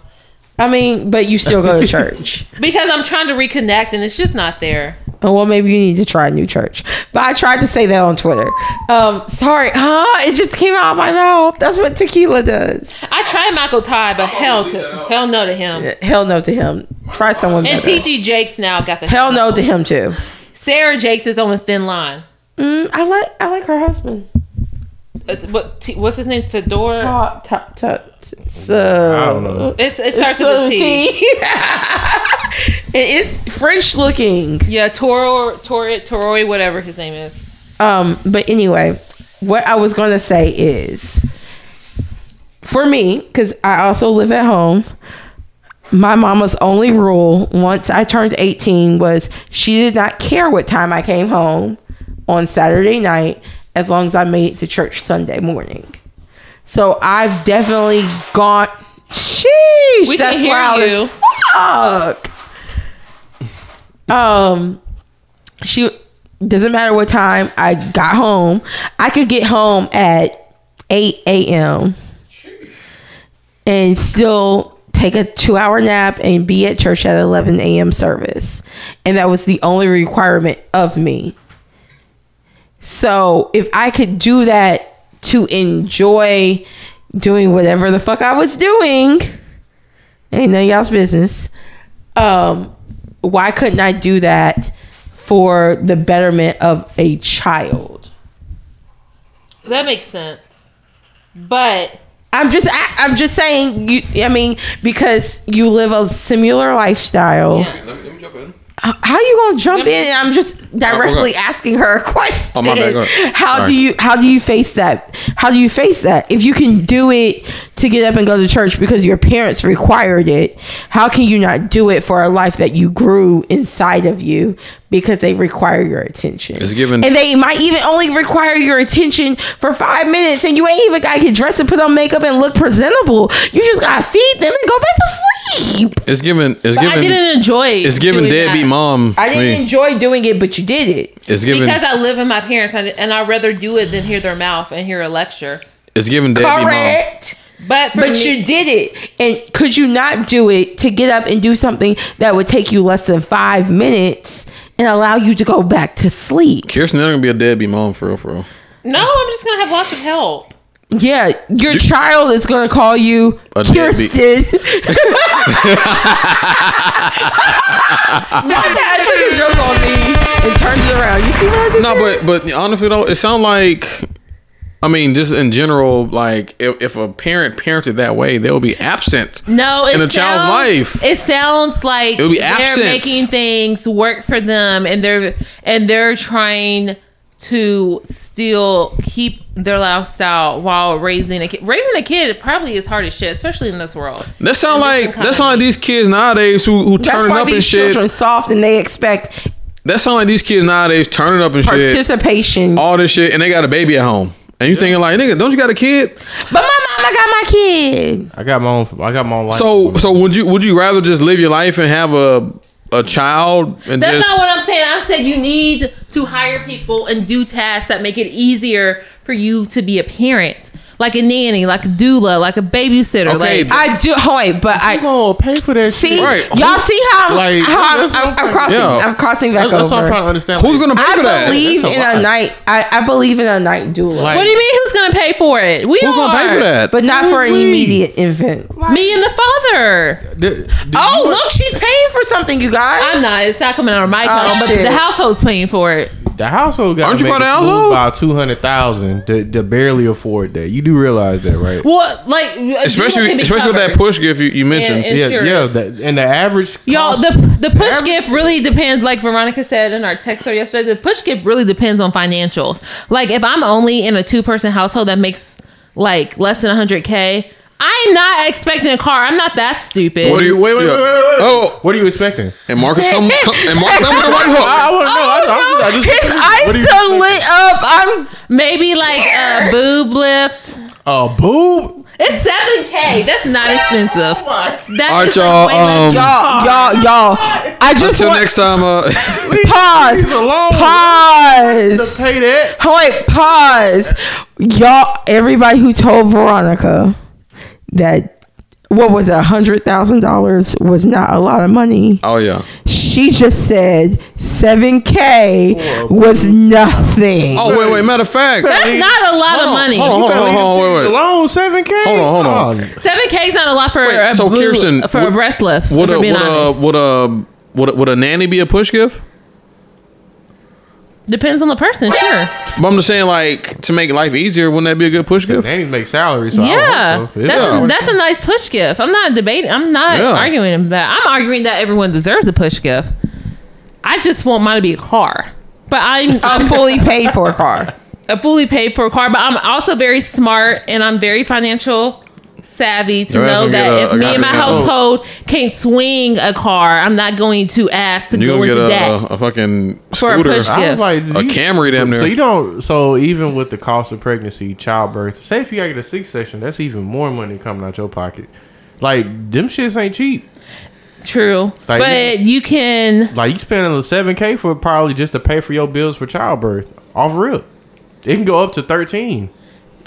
D: I mean, but you
A: <laughs>
D: still go to church.
B: because I'm trying to reconnect and it's just not there.
D: Oh, well, maybe you need to try a new church. But I tried to say that on Twitter. Um, sorry, huh? It just came out of my mouth. That's what tequila does.
B: I tried Michael Todd, but hell to hell no to him.
D: Hell no to him. Try someone
B: And
D: better.
B: TG Jakes now got the
D: Hell no to him too.
B: Sarah Jakes is on a thin line.
D: Mm, I like I like her husband.
B: Uh, What t- what's his name? Fedora.
D: Oh, top top. So
E: I don't know.
B: It's, it starts
D: So
B: with a T.
D: tea. <laughs> it is French looking.
B: Yeah, Toro, Tori, Toroi, whatever his name is.
D: Um, but anyway, what I was gonna say is for me, because I also live at home, my mama's only rule once I turned 18 was she did not care what time I came home on Saturday night as long as I made it to church Sunday morning. So I've definitely gone. Sheesh,
B: We can
D: that's
B: hear
D: loud
B: you.
D: as fuck. Um, she doesn't matter what time I got home. I could get home at 8 a.m. and still take a two hour nap and be at church at 11 a.m. service. And that was the only requirement of me. So if I could do that to enjoy doing whatever the fuck I was doing, ain't none of y'all's business. Um, why couldn't I do that for the betterment of a child?
B: That makes sense. But
D: I'm just I, I'm just saying you I mean because you live a similar lifestyle.
B: Yeah.
A: Let me, let me jump in.
D: H- How you going to jump in and I'm just directly
A: okay.
D: asking her a <laughs> question.
A: Oh, my bad. Go ahead.
D: How
A: Sorry.
D: do you how do you face that? How do you face that? If you can do it to get up and go to church because your parents required it, how can you not do it for a life that you grew inside of you because they require your attention?
A: It's given-
D: And they might even only require your attention for 5 minutes and you ain't even got to get dressed and put on makeup and look presentable. You just got to feed them and go back to sleep.
A: It's given. It's
B: I
A: given.
B: didn't enjoy.
A: It's given
B: doing
A: deadbeat
B: that.
A: mom.
D: I
A: to
D: didn't
A: me.
D: enjoy doing it, but you did it.
A: It's given.
B: because I live in my parents, and and I'd rather do it than hear their mouth and hear a lecture.
A: It's given deadbeat mom.
D: Correct.
B: But for
D: But
B: me,
D: you did it. And could you not do it to get up and do something that would take you less than five minutes and allow you to go back to sleep?
A: Kirsten, never gonna be a deadbeat mom for real, for real.
B: no, I'm just gonna have lots of help.
D: Yeah, your child is gonna call you
A: A deadbeat.
D: Kirsten.
A: <laughs>
D: now that took a joke on me and turns it around. You see what I did?
A: No, but but honestly though, it sounds like. I mean, just in general, like if, if a parent parented that way, they will be absent.
B: No, it
A: in a child's
B: sounds-
A: life.
B: It sounds like
A: It'll be
B: they're
A: absent.
B: making things work for them, and they're and they're trying to still keep their lifestyle while raising a kid. Raising a kid probably is hard as shit, especially in this world.
A: That sound
B: In this
A: like that sound like
B: economy.
A: these kids nowadays who who
D: That's
A: turning
D: why
A: up and
D: these
A: shit.
D: children soft and they expect
A: That sound like these kids nowadays turning up and shit.
D: participation.
A: All this shit, and they got a baby at home. And you thinking like, nigga, don't you got a kid?
D: But my mama got my kid.
E: I got my own. I got my own life.
A: So so would you would you rather just live your life and have a a child and
B: That's
A: just
B: not what I'm saying. I'm saying you need to hire people and do tasks that make it easier for you to be a parent, like a nanny, like a doula, like a babysitter.
A: Okay,
B: like
D: I do. Hold wait, but
E: I
D: I
E: gonna pay for that
D: see.
E: shit.
A: Right.
D: Y'all see how I'm,
E: Like,
D: how I'm,
E: that's- that's
D: I'm- I'm
E: what-
D: crossing.
A: Yeah.
D: I'm crossing back
E: That's, that's what
D: over.
E: I'm trying to understand.
A: who's gonna pay for
D: I
A: that?
D: believe
E: That's a
D: in
E: lot.
D: a night. I, I believe in a night doula,
E: Like-
B: what do you mean? Who's gonna pay for it? We
A: Who's gonna
B: are.
A: pay for that?
D: but not for an
E: Ooh-wee.
D: immediate infant.
B: Me and the father.
E: Did- did
D: Oh,
E: you-
D: look, she's paying for something, you guys.
B: I'm not. It's not coming out of my
D: Oh,
B: account, but
D: shit.
B: the household's paying for it.
E: The household got
A: Aren't you
E: make
A: part of
E: us
A: the
E: move
A: household?
E: by two hundred thousand to, to barely afford that. You do realize that, right?
B: Well, like a deal can
A: especially
B: be
A: especially with that
B: covered.
A: push gift you, you mentioned.
B: And- and-
E: yeah,
B: sure.
E: yeah. That, and the average
B: Y'all,
E: cost-
B: the the push
E: Every-
B: gift really depends. Like Veronica said in our text her yesterday, the push gift really depends on financials. Like if I'm only in a two person household that makes like less than 100k, I'm not expecting a car. I'm not that stupid.
A: What do you-
E: wait, wait,
A: yeah.
E: wait, wait, wait, wait.
A: Oh.
E: what are you expecting?
A: and Marcus
D: <laughs>
A: come, come and Marcus come with the right hook.
E: I, I want to know.
D: Oh,
E: I, I,
D: no.
E: just, I
D: His
E: just,
D: eyes are
E: what are you expecting?
D: lit up. I'm
B: Maybe like a boob lift.
E: A boob.
B: It's 7k. That's not expensive. That
A: All right,
B: is, like,
A: y'all,
B: way less
A: um,
B: than a
D: y'all,
B: car.
D: y'all, y'all. I just
A: Until
D: want
A: next time, uh <laughs>
E: He's
D: pause,
E: alone.
D: pause.
E: Pay that.
D: Hold wait, pause. Y'all, everybody who told Veronica that what was a hundred thousand dollars was not a lot of money.
A: Oh yeah.
D: She just said seven k was nothing.
A: Oh wait, wait. Matter of fact,
B: That's not a lot
A: Hold
B: of
A: on,
B: money.
A: Hold on, hold on, hold on, wait, wait.
E: Alone, seven k. Oh,
A: Hold on, hold on.
B: Seven K is not a lot for
A: Wait,
B: a
A: so
B: boob-
A: Kirsten,
B: for a
A: what-
B: breast lift.
A: Would
B: What
A: a
B: if we're
A: would
B: being
A: a
B: honest.
A: would a would a, would a nanny be a push gift?
B: depends on the person, sure.
A: But I'm just saying, like to make life easier, wouldn't that be a good push gift?
E: They need to make salary, so I
B: yeah,
E: don't think so.
B: that's
A: Yeah.
B: a, that's a nice push gift. I'm not debating. I'm not
A: Yeah.
B: arguing that. I'm arguing that everyone deserves a push gift. I just want mine to be a car, but
A: <laughs>
B: I'm
A: Um,
D: I'm
E: <laughs>
B: I'm
D: fully paid for a car.
B: a fully paid for car. But I'm also very smart and I'm very financial savvy to
A: Your ass
B: know
A: gonna
B: that
A: get a-
B: if
A: a
B: me and my
A: goddamn-
B: household can't swing a car, I'm not going to ask to
A: You
B: go
A: gonna
B: into
A: get
B: debt.
A: a, a, a fucking
B: For a
A: scooter?
B: push
E: I
B: Yeah.
E: was like,
A: A
E: you-
A: Camry damn near.
E: So you don't. So even with the cost of pregnancy, childbirth, say if you gotta get a six section, that's even more money coming out your pocket. Like them shits ain't cheap.
B: True,
E: Like,
B: but you can.
E: Like you spending a seven k for probably just to pay for your bills for childbirth. Off real, it can go up to thirteen.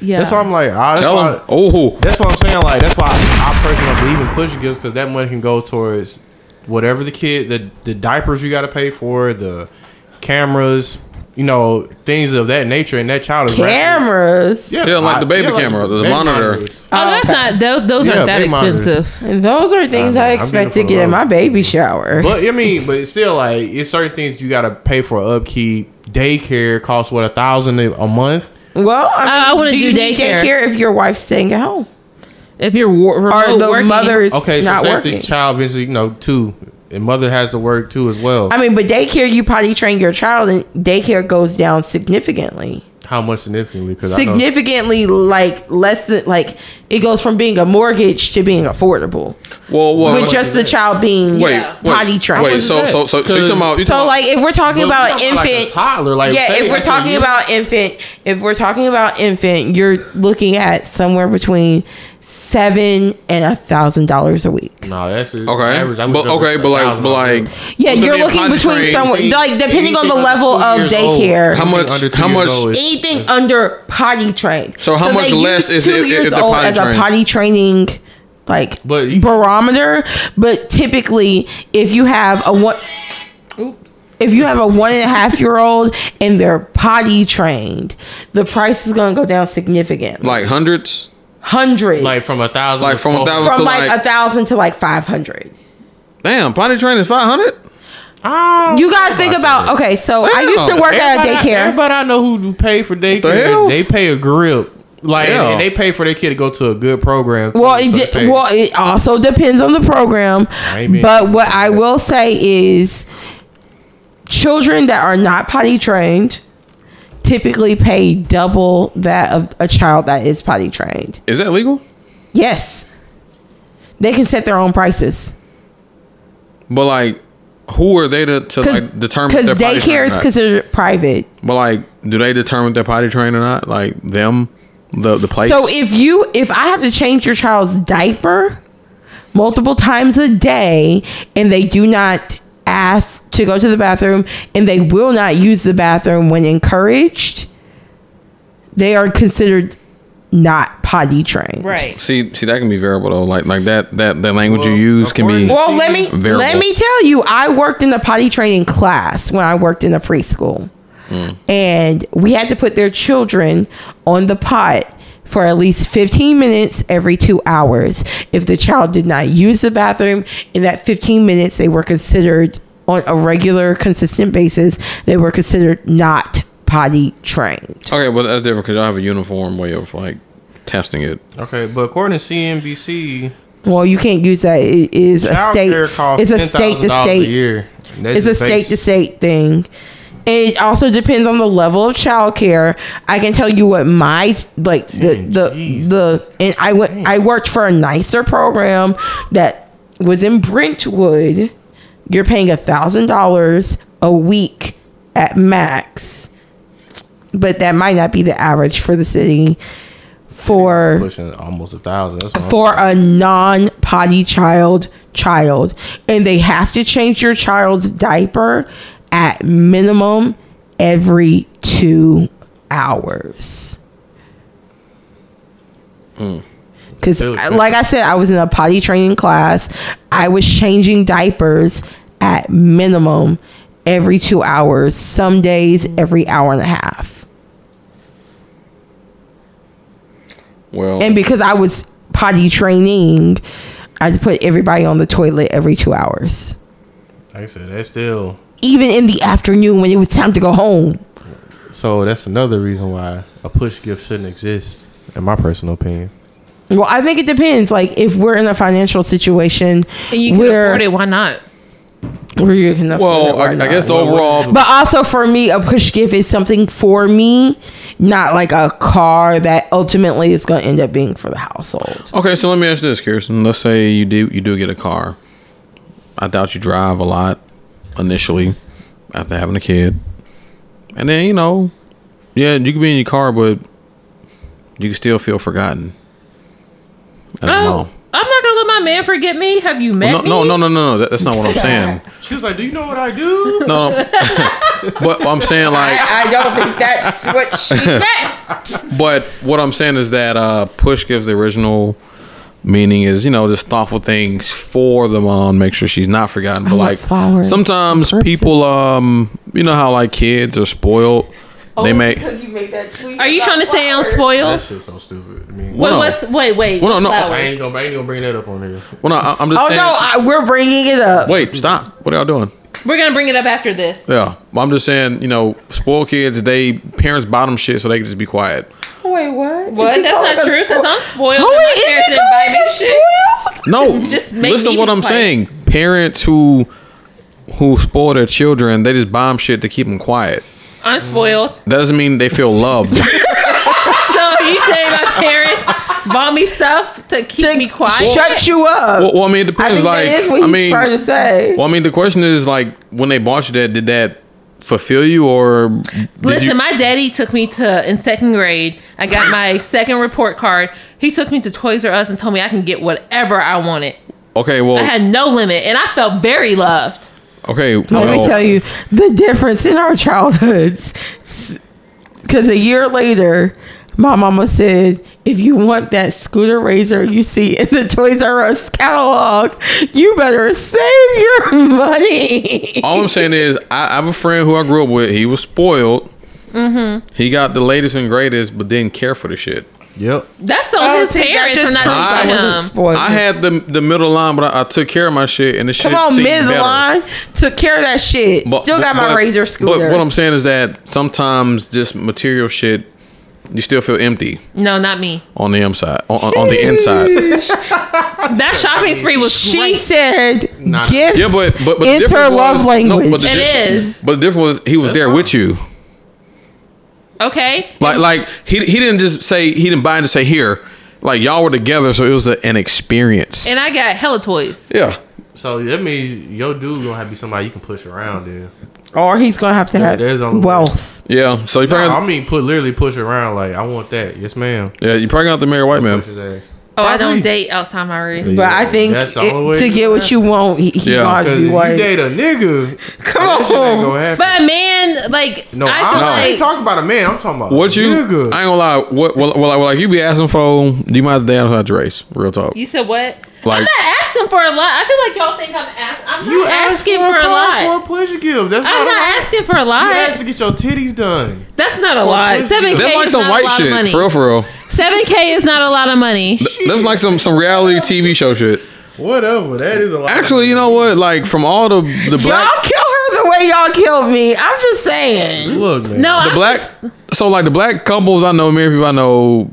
B: Yeah,
E: That's why I'm like, ah, that's
A: Tell
E: why.
A: him. Oh,
E: That's what I'm saying. Like that's why I, I personally don't believe in push gifts because that money can go towards whatever the kid, the the diapers you got to pay for, the cameras, you know, things of that nature. And that child is rapidly-
D: Cameras.
A: Yeah, like the baby camera, the
E: baby
A: monitor.
E: monitors.
B: Oh, that's not those. Those
E: Yeah,
B: aren't that
E: big monitors.
B: expensive.
D: Those are things
E: I
D: I,
E: mean, I'm
D: expect to
E: getting
D: get in
E: from
D: my
E: the-
D: baby shower.
E: But I mean, but it's still, like it's certain things you got to pay for upkeep. Daycare costs what a thousand a a month.
D: well, I, mean,
B: I- I wouldn't
D: you
B: do
D: need
B: daycare.
D: if your wife's staying at home
B: If you're war- remote
D: or the
B: working,
D: mother is
E: Okay, so
D: not
E: say if the
D: working.
E: child eventually, you know, too, and mother has to work too as well.
D: I mean, but daycare you potty train your child, and daycare goes down significantly.
E: How much significantly? Because
D: Significantly, like less than like it goes from being a mortgage to being affordable
A: well,
E: Oh,
A: well.
D: with just the child being
A: wait, wait,
D: potty trained.
A: Wait, so so so so you talking about? You
D: so
A: talking
D: like if we're talking
E: Well,
D: about
E: you talking about, like, a
D: infant
E: toddler, like,
D: yeah
E: say
D: if we're
E: after a
D: talking
E: year.
D: about infant if we're talking about infant you're looking at somewhere between seven and a thousand dollars a week
E: no, that's it.
A: Okay,
E: average. I would
A: but
E: go
A: okay,
E: for
A: but like,
E: $1,000
A: but like,
D: yeah
A: Well,
D: you're
A: then
D: looking
A: potty
D: between
A: trained,
D: somewhere like depending on the
E: Anything
D: level
E: under
D: of
E: two years old-
D: daycare
A: How much-
E: anything under two
A: how
E: years
A: much-
E: old is-
D: anything under potty trained
A: So how much
D: they
A: less is
D: use
A: it
D: two
A: if- if
D: years
A: they're
D: old
A: potty
D: as a
A: trained?
D: potty training like
E: But you-
D: barometer but typically if you have a one if you have a one and a half year old and they're potty trained, the price is going to go down significantly.
A: Like hundreds,
D: Hundreds.
E: Like from a thousand.
A: Like
E: to
A: from a
E: 12.
A: thousand-
D: from
A: to
D: like
A: like-
D: a thousand to like 500.
A: damn. Potty training is five hundred.
E: Oh,
D: You got to think about, okay, so I used to work at a
E: Everybody-
D: daycare.
E: Everybody I know who pay for
A: hell?
E: daycare, they pay a grip. Like and,
A: Yeah.
E: and they pay for their kid to go to a good program. too,
D: Well,
E: so
D: it
E: they
D: de-
E: pay-
D: well, it also depends on the program.
E: Amen.
D: But what I will say is, children that are not potty trained typically pay double that of a child that is potty trained.
A: Is that legal?
D: Yes, they can set their own prices
A: But like, who are they to, to like determine if
D: because
A: they're potty trained or
D: daycare is
A: not?
D: considered private.
A: But like, do they determine if they're potty trained or not? Like them, the the place.
D: So if you if I have to change your child's diaper multiple times a day and they do not ask to go to the bathroom and they will not use the bathroom when encouraged, they are considered not potty trained.
B: Right.
A: see see that can be variable though. Like like that that that language you
E: Well,
A: use can be.
E: according-
D: Well, let me
A: Variable.
D: let me tell you, I worked in the potty training class when I worked in a preschool,
E: Hmm.
D: and we had to put their children on the pot for at least 15 minutes every two hours. If the child did not use the bathroom in that 15 minutes, they were considered on a regular, consistent basis. They were considered not potty trained.
A: Okay, but that's different because y'all have a uniform way of like testing it.
E: okay, but according to CNBC,
D: Well, you can't use that. It is a state.
E: childcare costs
D: It's a state to
E: $10,000
D: state.
E: a year. And that's
D: it's a
E: just
D: state to
E: basic.
D: state thing. It also depends on the level of childcare. I can tell you what my like the the
E: geez.
D: the and I went I worked for a nicer program that was in Brentwood. You're paying a thousand dollars a week at max, but that might not be the average for the city for
E: pushing almost a thousand. That's what I'm-
D: for a non potty child child and they have to change your child's diaper at minimum every 2 hours cuz
E: Really?
D: uh, like I said I was in a potty training class I was changing diapers at minimum every 2 hours some days every hour and a half
A: Well,
D: and because I was potty training, I had to put everybody on the toilet every two hours,
E: like I said, that's still.
D: even in the afternoon when it was time to go home.
E: So that's another reason why a push gift shouldn't exist, in my personal opinion.
D: Well, I think it depends. Like if we're in a financial situation
B: And you can
D: where,
B: afford it. Why not?
D: where you can afford it, <laughs>
A: well,
D: why
A: I, I
D: not?
A: guess overall,
D: But also for me, a push gift is something for me, not like a car that ultimately is going to end up being for the household.
A: Okay, so let me ask this, Kirsten. Let's say you do you do get a car. I doubt you drive a lot initially after having a kid, and then you know, yeah, you can be in your car, but you can still feel forgotten. As a
B: Oh,
A: mom.
B: I'm not gonna let my man forget me. Have you met
A: No,
B: me?
A: no, no, no, no, no. that- That's not what I'm saying.
E: She was like, "Do you know what I do?" <laughs>
A: No, <laughs> no. but I'm saying like
D: I don't think that's what
A: <laughs>
D: she meant.
A: But what I'm saying is that uh, push gives the original meaning is you know just thoughtful things for the mom, make sure she's not forgotten. But
D: want
A: like
D: flowers
A: sometimes
D: and purses.
A: people, um, you know how like kids are spoiled. They make
D: you made that tweet.
B: Are you trying to say I'm spoiled?
E: That shit's so stupid. I mean,
B: Wait,
A: Well, no.
B: what's wait, wait?
A: Well, no, no.
E: I
B: flowers.
E: ain't gonna, I ain't gonna bring that up on here.
A: well, no, I- I'm just
D: Oh
A: saying.
D: no, I, we're bringing it up.
A: wait, stop! What are y'all doing?
B: We're gonna bring it up after this.
A: Yeah, Well, I'm just saying. You know, spoiled kids, they parents bottom shit so they can just be quiet.
D: Wait, what?
B: What? That's not true. Cause I'm spoiled.
D: Oh
B: and my
D: wait, is
B: parents
D: it
B: didn't buy
D: calling
B: me
D: us
B: shit.
D: spoiled?
A: No,
B: Just
A: just
B: make
A: listen
B: me
A: to what
B: be
A: I'm
B: quiet.
A: saying. Parents who who spoil their children, they just bomb shit to keep them quiet.
B: I'm spoiled.
A: That doesn't mean they feel
D: <laughs>
A: loved.
B: So you say my parents bought me stuff to keep
D: To
B: me quiet?
D: Shut you up.
A: Well, well, I mean, it
D: I
A: depends.
D: think
A: like,
D: that is what
A: I
D: he's
A: mean,
D: trying to say.
A: well, I mean, the question is like, when they bought you that, did that fulfill you or did
B: Listen,
A: you?
B: my daddy took me to in second grade. I got my second report card. He took me to Toys R Us and told me I can get whatever I wanted.
A: okay,
B: I
A: well,
B: had no limit, and I felt very loved.
A: okay,
D: Let me
A: well,
D: tell you the difference in our childhoods. Because a year later, my mama said, if you want that scooter razor you see in the Toys R Us catalog, you better save your money.
A: All I'm saying is, I, I have a friend who I grew up with. He was spoiled.
B: Mm-hmm.
A: He got the latest and greatest, but didn't care for the shit.
E: Yep.
B: That's on
D: Oh,
B: his
D: see, that
B: parents for
D: just
B: not
D: proves I
B: teaching
D: wasn't
B: him.
D: spoiled.
A: I had the the middle line, but I, I took care of my shit, and the shit.
D: Come on,
A: seemed
D: mid
A: better.
D: line, took care of that shit.
A: But-
D: Still got my
A: but-
D: razor scooter.
A: But what I'm saying is that sometimes just material shit, you still feel empty
B: No, not me.
A: on the inside. On, on- on the inside,
B: That shopping spree was
D: she
B: great.
D: said, "Gifts
A: yeah. But but, but the
D: is her
A: difference
D: love
A: was-
D: language."
A: No, but the
B: It
A: difference-
B: is.
A: But the difference was he was there with you.
B: Okay.
A: Like like he he didn't just say he didn't buy and just say here. Like y'all were together, so it was a, an experience.
B: And I got hella toys.
A: yeah.
E: So that means your dude gonna have to be somebody you can push around, dude.
D: or Oh, he's gonna have to have
E: there's only
D: wealth.
A: Yeah, so you
E: No,
A: probably
E: I mean, put literally push around. Like I want that. Yes, ma'am.
A: yeah you probably got the marry a white man.
E: Push his ass.
B: Oh, I
E: Probably.
B: don't date outside my wrist.
D: But I think
E: That's the only
D: it-
E: way
D: to
E: to
D: get what you want, he, he's
A: Yeah.
D: gonna have to
E: Cause if
D: be
E: you
D: white.
E: date a nigga,
D: Come
E: that shit ain't
D: on.
E: gonna happen.
B: Oh, But a man, like
E: no, I,
B: I feel
E: I
B: like
E: ain't talking about a man. I'm talking about
A: What you? I ain't
E: nigga.
A: gonna lie. What? Well, well, like, well, like you be asking for? Do you mind damn outside your race? Real talk.
B: you said what?
A: Like-
B: I'm not asking for a lot. I feel like y'all think I'm asking. I'm
E: you
B: not
E: ask
B: asking for a
E: car
B: lot.
E: for a pleasure gift. That's
B: I'm
E: not, a lot.
B: not asking for a
E: You asked to
B: lot.
E: get your titties done.
B: That's not a lot.
E: pussy.
B: Seven
A: That's
B: k
A: like
B: is
A: some
B: not a
A: white
B: lot of
A: shit. For real,
B: money.
A: for real.
B: Seven k is not a lot of money.
A: That's like some some
B: <laughs>
A: reality TV show shit.
E: Whatever. That is a lot.
A: Actually, you know what? Like from all the the black
D: Y'all kill her the way y'all killed me. I'm just saying.
E: look, man.
B: No,
A: the
B: I'm
A: black. So like the black couples I know, married people I know.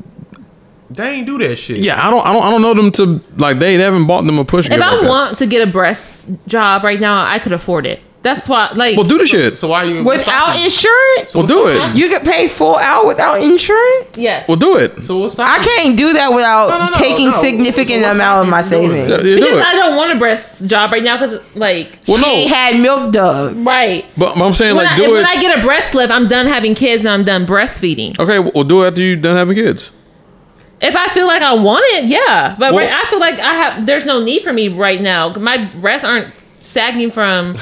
E: they ain't do that shit.
A: Yeah, I don't I don't I don't know them to like they, they haven't bought them a push.
B: If
A: gift
B: I
A: like that.
B: want to get a breast job right now, I could afford it. That's why, like,
A: well, do the shit.
E: So why you
D: Without insurance,
A: Well, do it.
D: you could pay full out without insurance.
B: yes.
A: Well, do it.
E: So what's
D: I
E: stopping?
D: can't do that without
E: no, no,
D: taking
E: no.
D: significant
E: So what's
D: amount of
E: stopping
D: my
E: you doing it?
D: savings.
A: Yeah, you do
B: because I
A: it.
B: don't want a breast job right now because, like,
A: Well,
D: She ain't
A: no,
D: had milk dug.
B: right.
A: but, but I'm saying
B: When,
A: like
B: I,
A: do
B: when
A: it.
B: I get a breast lift, I'm done having kids and I'm done breastfeeding.
A: Okay, well, do it after you done having kids.
B: If I feel like I want it, yeah. But
A: Well-
B: right, I feel like I have. There's no need for me right now. My breasts aren't
A: <laughs>
B: sagging from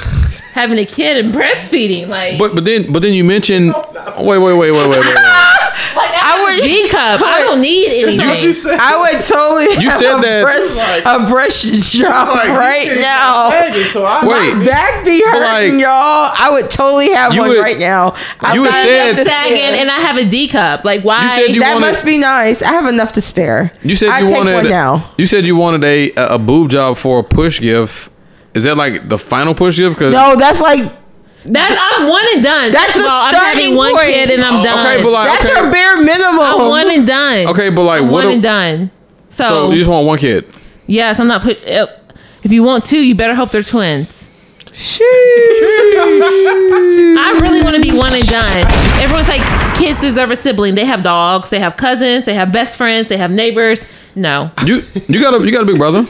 B: having a kid and breastfeeding. Like,
A: But but then but then you mentioned wait wait wait wait wait wait. wait.
B: like I,
D: would-
B: would D cup. I don't need anything.
E: What you said?
D: I would totally
A: You
D: have
A: said
D: a
A: that-
D: breast, a breast job
E: Like, you
D: right
E: shit
D: now.
E: sagging, So I
A: Wait.
D: Back be hurting,
A: like,
D: y'all. I would totally have
A: you
D: one
A: would-
D: right now. I've
A: you would
D: got
A: said-
D: enough to
B: sagging
D: spare.
B: and I have a D cup. Like, why?
A: You said you
D: that
A: wanted-
D: must be nice. I have enough to spare.
A: You said
D: I
A: you
D: take
A: wanted
D: one now.
A: You said you wanted a a boob job for a push gift. Is that like the final push gift? Cause
D: No, that's like
B: That's I'm one and done.
D: That's
B: First of
D: the
B: all, I'm
D: starting
B: having one
D: point.
B: kid and I'm done.
A: okay, but like
D: that's
A: okay,
D: her bare minimum.
B: I'm one and done.
A: okay, but like
B: I'm
A: what?
B: one
A: a-
B: and done. So,
A: so you just want one kid?
B: yes, I'm not put. If you want two, you better hope they're twins. I really want to be one and done. Everyone's like, kids deserve a sibling. They have dogs, they have cousins, they have best friends, they have neighbors.
A: <laughs>
B: No,
A: You you got a you got a big brother.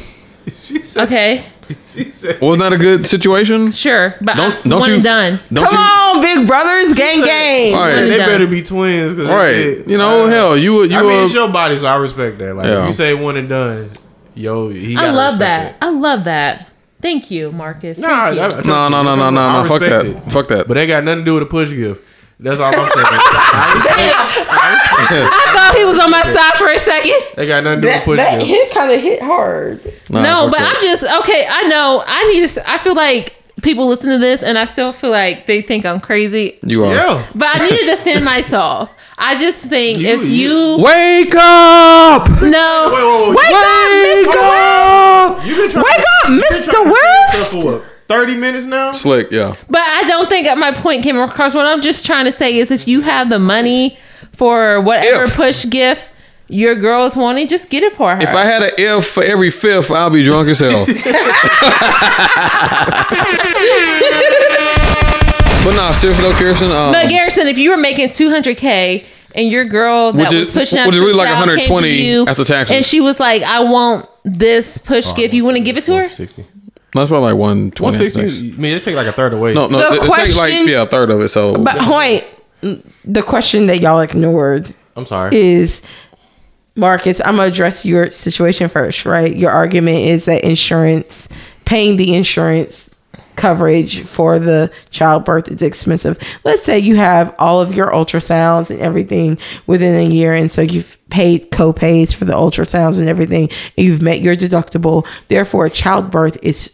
E: She said.
B: okay,
E: She said.
A: Wasn't that a good situation?
B: sure, but
A: Don't
B: I'm
A: don't
B: one
A: you
B: and done.
A: Don't
D: Come
A: you,
D: on, big brothers, gang,
E: said-
D: gang.
A: All right.
E: They
B: done.
E: better be twins. 'cause
A: All right,
E: shit,
A: you know
E: uh,
A: hell you would you
E: I mean,
A: would-
E: it's your body, so I respect that. Like,
A: Yeah.
E: if you say one and done, yo, he
B: I
E: gotta
B: love that.
E: respect
B: I love that. Thank you, Marcus.
E: it. Nah,
B: Thank you.
E: that-
A: no no no no no
E: I
A: no fuck that
E: respect it.
A: fuck that.
E: But that got nothing to do with a push gift. That's all I'm saying.
A: <laughs>
E: I respect- I respect-
B: I thought he was on my side for a second.
E: That got nothing to do with push gift.
D: hit kind of hit hard.
A: Nah,
B: no,
A: fuck
B: but
A: that.
B: I'm just okay. I know. I need to. s- I feel like people listen to this, and I still feel like they think I'm crazy.
A: you are.
E: Yeah.
B: But I need to defend <laughs> myself. I just think
E: You-
B: if
E: you-
B: you,
A: Wake up!
B: no,
E: Wait, wait,
D: Wake
E: wait.
A: Wake
D: up, Mr. West.
E: You've been trying
D: Wake
E: to-
D: up,
E: you've been
D: Mr.
E: trying to
D: West.
E: set yourself for what, Thirty minutes now.
A: Slick, yeah.
B: but I don't think that my point came across. What I'm just trying to say is, if you have the money for whatever
A: If.
B: push gift your girl's wanting, just get it for her.
A: If I had an F for every fifth, I'll be drunk as
E: <laughs>
A: hell. but nah, seriously though, Kirsten. Um,
B: but Garrison, if you were making 200k. And your girl that
A: Which is-
B: was pushing out
A: which is
B: to
A: really
B: the
A: like
B: child came to
A: 120
B: you,
A: after taxes.
B: and she was like, "I want this push gift. You want to give it to her?"
E: Sixty.
A: that's probably like one
E: One
A: twenty.
E: sixty. I mean, they take like a third away.
A: No, no, it,
D: The
A: it takes like
D: question-
A: yeah, a third of it. So
D: But point, the question that y'all ignored
E: I'm sorry.
D: is Marcus, I'm gonna address your situation first, right? Your argument is that insurance, paying the insurance coverage for the childbirth is expensive. Let's say you have all of your ultrasounds and everything within a year, and so you've paid co-pays for the ultrasounds and everything, and you've met your deductible. Therefore, childbirth is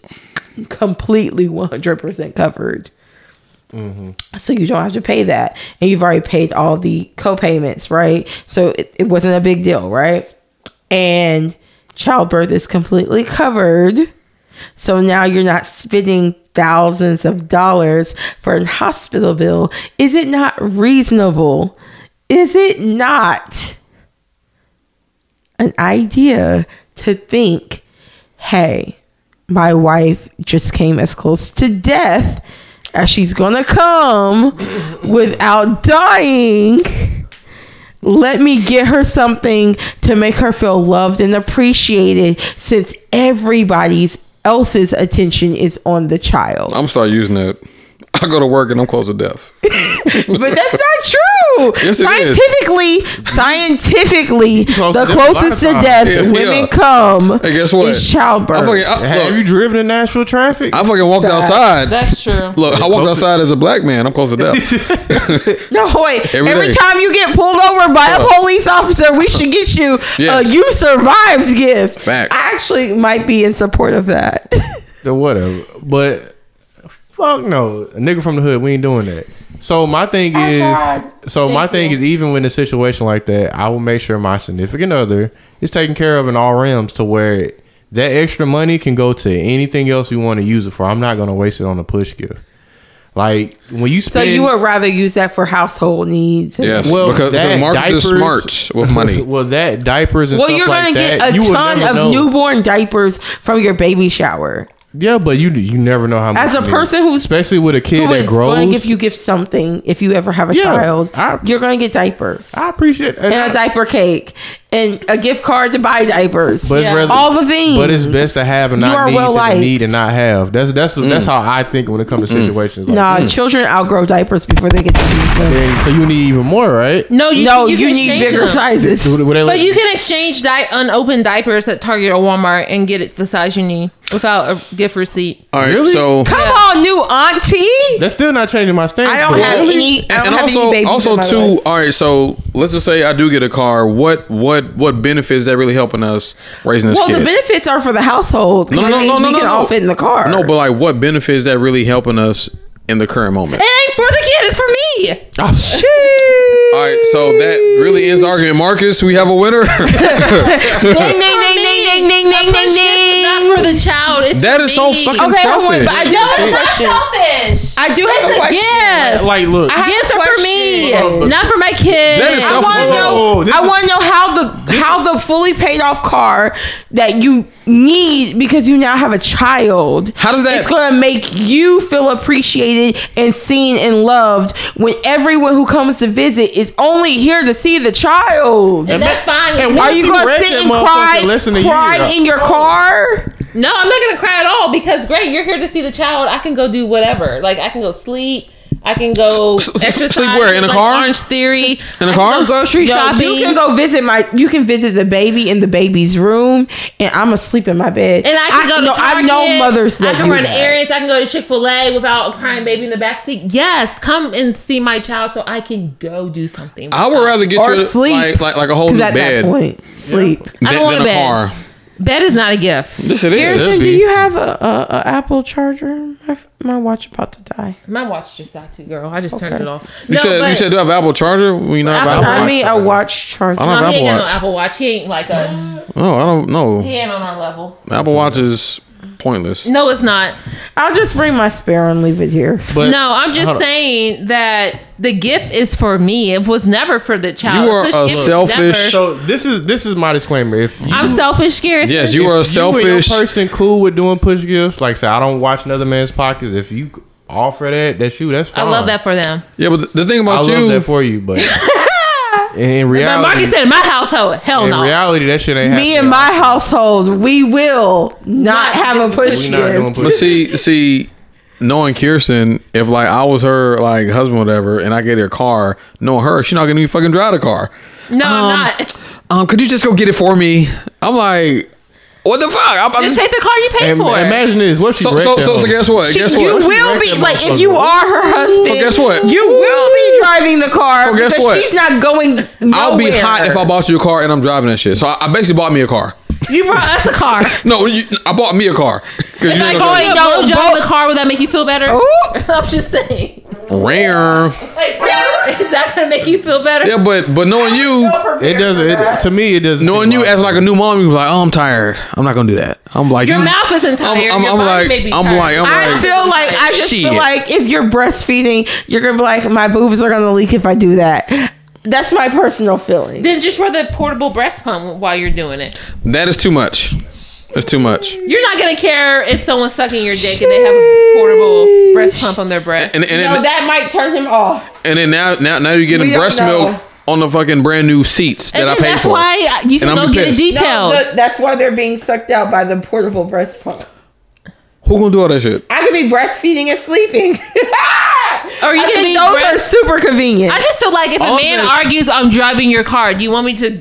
D: completely 100% covered. So you don't have to pay that, and you've already paid all the co-payments, right? So it, it wasn't a big deal, right? And childbirth is completely covered. So now you're not spending thousands of dollars for a hospital bill. Is it not reasonable? Is it not an idea to think, hey, my wife just came as close to death as she's gonna come without dying? Let me get her something to make her feel loved and appreciated since everybody's else's attention is on the
A: <laughs>
D: child.
A: I'm gonna start using that. I go to work and I'm close to death.
D: But that's not true.
A: Yes, it is.
D: scientifically, scientifically,
E: Close
D: the
E: to death a lot
D: closest to
E: of times.
D: death
A: Yeah,
D: women
A: yeah.
D: come
A: Hey, guess what?
D: is
A: I
D: childbirth.
A: fucking, I,
E: Have
A: uh, look,
E: you driven in Nashville traffic?
A: I fucking walked
D: That's-
A: outside.
B: That's true.
A: Look, I walked
E: close to-
A: outside as a black man. I'm close to
E: <laughs>
A: death.
D: no, wait.
A: Every
D: Every,
A: day.
D: time you get pulled over by a
A: Uh.
D: police officer, we should get you
A: Yes.
D: a you survived gift.
A: Facts.
D: I actually might be in support of that. <laughs>
E: the whatever. But fuck no, a nigga from the hood, we ain't doing that. So my thing is, so my thing is, even when a situation like that, I will make sure my significant other is taken care of in all realms to where that extra money can go to anything else we want to use it for. I'm not gonna waste it on a push gift. Like when you
D: so
E: spend,
D: you would rather use that for household needs. and-
A: Yes,
E: Well,
A: because,
E: that,
A: because Marcus is
E: diapers-
A: smart with
E: <laughs>
A: money.
E: well that diapers and
D: Well,
E: stuff
D: you're gonna
E: like that,
D: get
E: you
D: a
E: would
D: ton
E: never
D: of
E: know.
D: newborn diapers from your baby shower.
E: Yeah, but you you never know how much
D: As a
E: you need.
D: person who's-
E: especially with a kid
D: Who
E: that
D: is going to
E: grows.
D: give you gift something if you ever have a
E: Yeah,
D: child?
E: I-
D: you're going to get diapers.
E: I appreciate and
D: and a
E: I-
D: diaper cake and a gift card to buy diapers.
E: But it's
B: Yeah.
E: rather-
D: all the things.
E: But it's best to have and
D: You
E: not
D: are Mm.
E: need
D: well
E: than to
D: liked.
E: need and not have. That's that's that's how I think when it comes to
D: Mm.
E: situations. Like
D: nah,
A: Mm.
D: children outgrow diapers before they get to use them.
E: that. So you need even more, right?
B: No, you you,
D: no, Oh, you,
B: can
D: need
B: exchange
D: bigger
B: them.
D: sizes.
E: Would- would they let-
B: But you can exchange di- unopened diapers at Target or Walmart and get it the size you need without a gift receipt.
A: All right,
E: Really?
A: so
D: Come on, new auntie.
E: that's still not changing my stance.
D: I don't
E: but-
D: have
E: <laughs>
D: any. I don't
A: and
D: have
A: also
D: any babies
A: also
D: in my
A: too.
D: life.
A: All right, so let's just say I do get a car. What what what benefits that really helping us raising this
D: Well,
A: kid?
D: the benefits are for the household. 'cause
A: no,
D: it
A: no,
D: means
A: no, no,
D: we
A: no,
D: can
A: no.
D: all fit in the car.
A: no, but like what benefits that really helping us in the current moment?
B: It ain't for the kid, it's for me.
E: Oh, shit.
A: All right, so that really ends the argument. Marcus, we have a
D: <laughs>
A: winner. <laughs>
D: ding, ding, ding, ding, ding, ding, ding, ding, ding.
B: Not for the child. It's
A: That
B: for
A: is so
B: me.
A: fucking
D: Okay, hold on,
A: selfish.
D: but I do
B: No,
D: have a
B: it's not
D: question.
B: selfish.
D: I do have a
B: It's a
D: question.
B: gift.
E: <laughs> Like, look,
D: I have
B: Gifts
D: a
B: are for
D: question.
B: me, not for my kid.
A: That is
D: I
A: selfish.
D: want to know.
E: Whoa, Oh, this
D: I
E: is-
D: want to know how the how the fully paid off car that you need because you now have a child.
A: How does that-
D: It's gonna make you feel appreciated and seen and loved when everyone who comes to visit is only here to see the child.
B: And that's fine.
E: and
B: No,
D: Are
E: why
D: you
E: you
D: gonna
E: read
D: sit
E: that
D: and
E: motherfucker
D: cry,
E: less than a
D: cry
E: year?
D: in your car?
B: No, I'm not gonna cry at all because great, you're here to see the child. I can go do whatever. Like I can go sleep. I can go
A: S- s-
B: exercise.
A: sleep where? In a
B: like
A: car?
B: Orange Theory.
A: In a
B: I can
A: car?
B: go grocery
D: Yo,
B: shopping.
D: you can go visit my. You can visit the baby in the baby's room, and I'm asleep in my bed.
B: and I can go to
D: know-
B: Target.
D: I've known mothers that
B: I can
D: do
B: run
D: that.
B: errands. I can go to Chick Fil A without a crying baby in the backseat. Yes, come and see my child so I can go do something.
A: I would rather get
D: Or
A: you
D: sleep.
A: like, like like a whole
D: 'Cause
A: new
D: at
A: bed
D: that point, sleep.
B: I
A: than,
B: don't want
A: than
B: a
A: a
B: bed.
A: car.
B: Bed is not a gift.
A: This it is.
D: Harrison,
A: This
D: do
A: be-
D: you have a, a, a Apple charger? My, f- my watch about to die.
B: My watch just died too, girl. I just turned it off.
A: You said you said do I have Apple charger? We not have
B: Apple-
A: Apple.
D: I
A: Watch?
D: mean, a watch charger.
A: I don't
B: no,
A: have
B: he ain't
A: Apple
B: got no
A: Watch.
B: Apple Watch. He ain't like us.
A: No, I don't know.
B: He ain't on our level.
A: Apple Watch is pointless.
B: No, it's not.
D: I'll just bring my spare and leave it here.
E: but
B: No, I'm just saying that the gift is for me. It was never for the child.
A: You are
B: This
A: a
B: gift is
A: selfish-
B: never-
E: So this is this is my disclaimer. If you,
B: I'm selfish, Garrison.
A: Yes, you are a
E: if you and your
A: selfish.
E: person cool with doing push gifts, like say I don't watch another man's pockets. If you offer that, that's you. That's
B: I
E: fine.
B: love that for them.
A: yeah, but the- the thing
E: I
A: about
E: love
A: you,
E: that for
A: <laughs>
E: you, but in- in
B: But Marky
E: reality,
B: said in my household,
A: "Oh,
B: hell
E: in
B: no.
E: reality, that shit ain't
D: Me
E: happening.
D: and my household, we will
B: Not
D: not have a push
E: We not doing
D: gift.
E: push
A: but see, see, knowing Kirsten, if like I was her like husband, whatever, and I get her a car, knowing her, she's not gonna even fucking drive the car.
B: No,
A: Um,
B: I'm not. <laughs>
A: Um, could you just go get it for me? I'm like, What the fuck? I'm, I'm
B: Just
A: just,
B: take the car you paid
E: And-
B: for.
E: imagine this. What if she
A: so,
E: wrecked
A: so,
E: that
A: so, so
E: hoe?
A: guess what? guess what?
D: you will
E: wrecked
D: be
E: that
D: like if
E: motherfucker.
D: you are her husband.
A: So guess what?
D: You will be driving the car
A: So guess
D: because
A: what?
D: she's not going nowhere.
A: I'll be hot if I bought you a car and I'm driving that shit. So I, I basically bought me a car.
B: You brought us
A: <laughs>
B: a car. If
A: No, you, I bought me a car because you
B: I
A: ain't
D: going
B: going
D: down
B: down
D: boat-
B: the car, would that make you feel better?
A: Oh.
D: Ooh.
B: <laughs> I'm just saying.
A: gonna rare.
B: Like, <laughs> is that gonna make you feel better?
A: Yeah, but but knowing you,
E: It doesn't. It, to me, it doesn't.
A: knowing
E: seem
A: you
E: like-
A: as like a new mom, you be like, oh, I'm tired. I'm not gonna do that. I'm like
B: Your
A: you-
B: mouth isn't tired.
A: I'm, I'm,
B: Your
A: I'm
B: body
A: like,
B: may be
A: I'm
B: tired.
A: like, I'm
D: I
A: like,
D: feel like I just feel
A: Shit.
D: like if you're breastfeeding, you're gonna be like, my boobs are gonna leak if I do that. That's my personal feeling.
B: Then just wear the portable breast pump while you're doing it.
A: that is too much. That's too much.
B: You're not gonna care if someone's sucking your dick and they have a portable breast pump on their breast.
A: And and and,
D: No, that might turn him off.
A: and then now now now you're getting
D: We don't
A: breast
D: know.
A: milk on the fucking brand new seats that
B: And
A: I
B: then
A: paid
B: that's
A: for.
B: why you can
A: And I'm
B: go get a
A: pissed.
D: No,
B: detail.
D: the- that's why they're being sucked out by the portable breast pump.
A: Who gonna do all that shit?
D: I could be breastfeeding and sleeping. <laughs>
B: Or you
D: I
B: can
D: think
B: be
D: those
B: breast-
D: are super convenient.
B: I just feel like if a
A: All
B: man
A: the-
B: argues, I'm driving your car. Do you want me to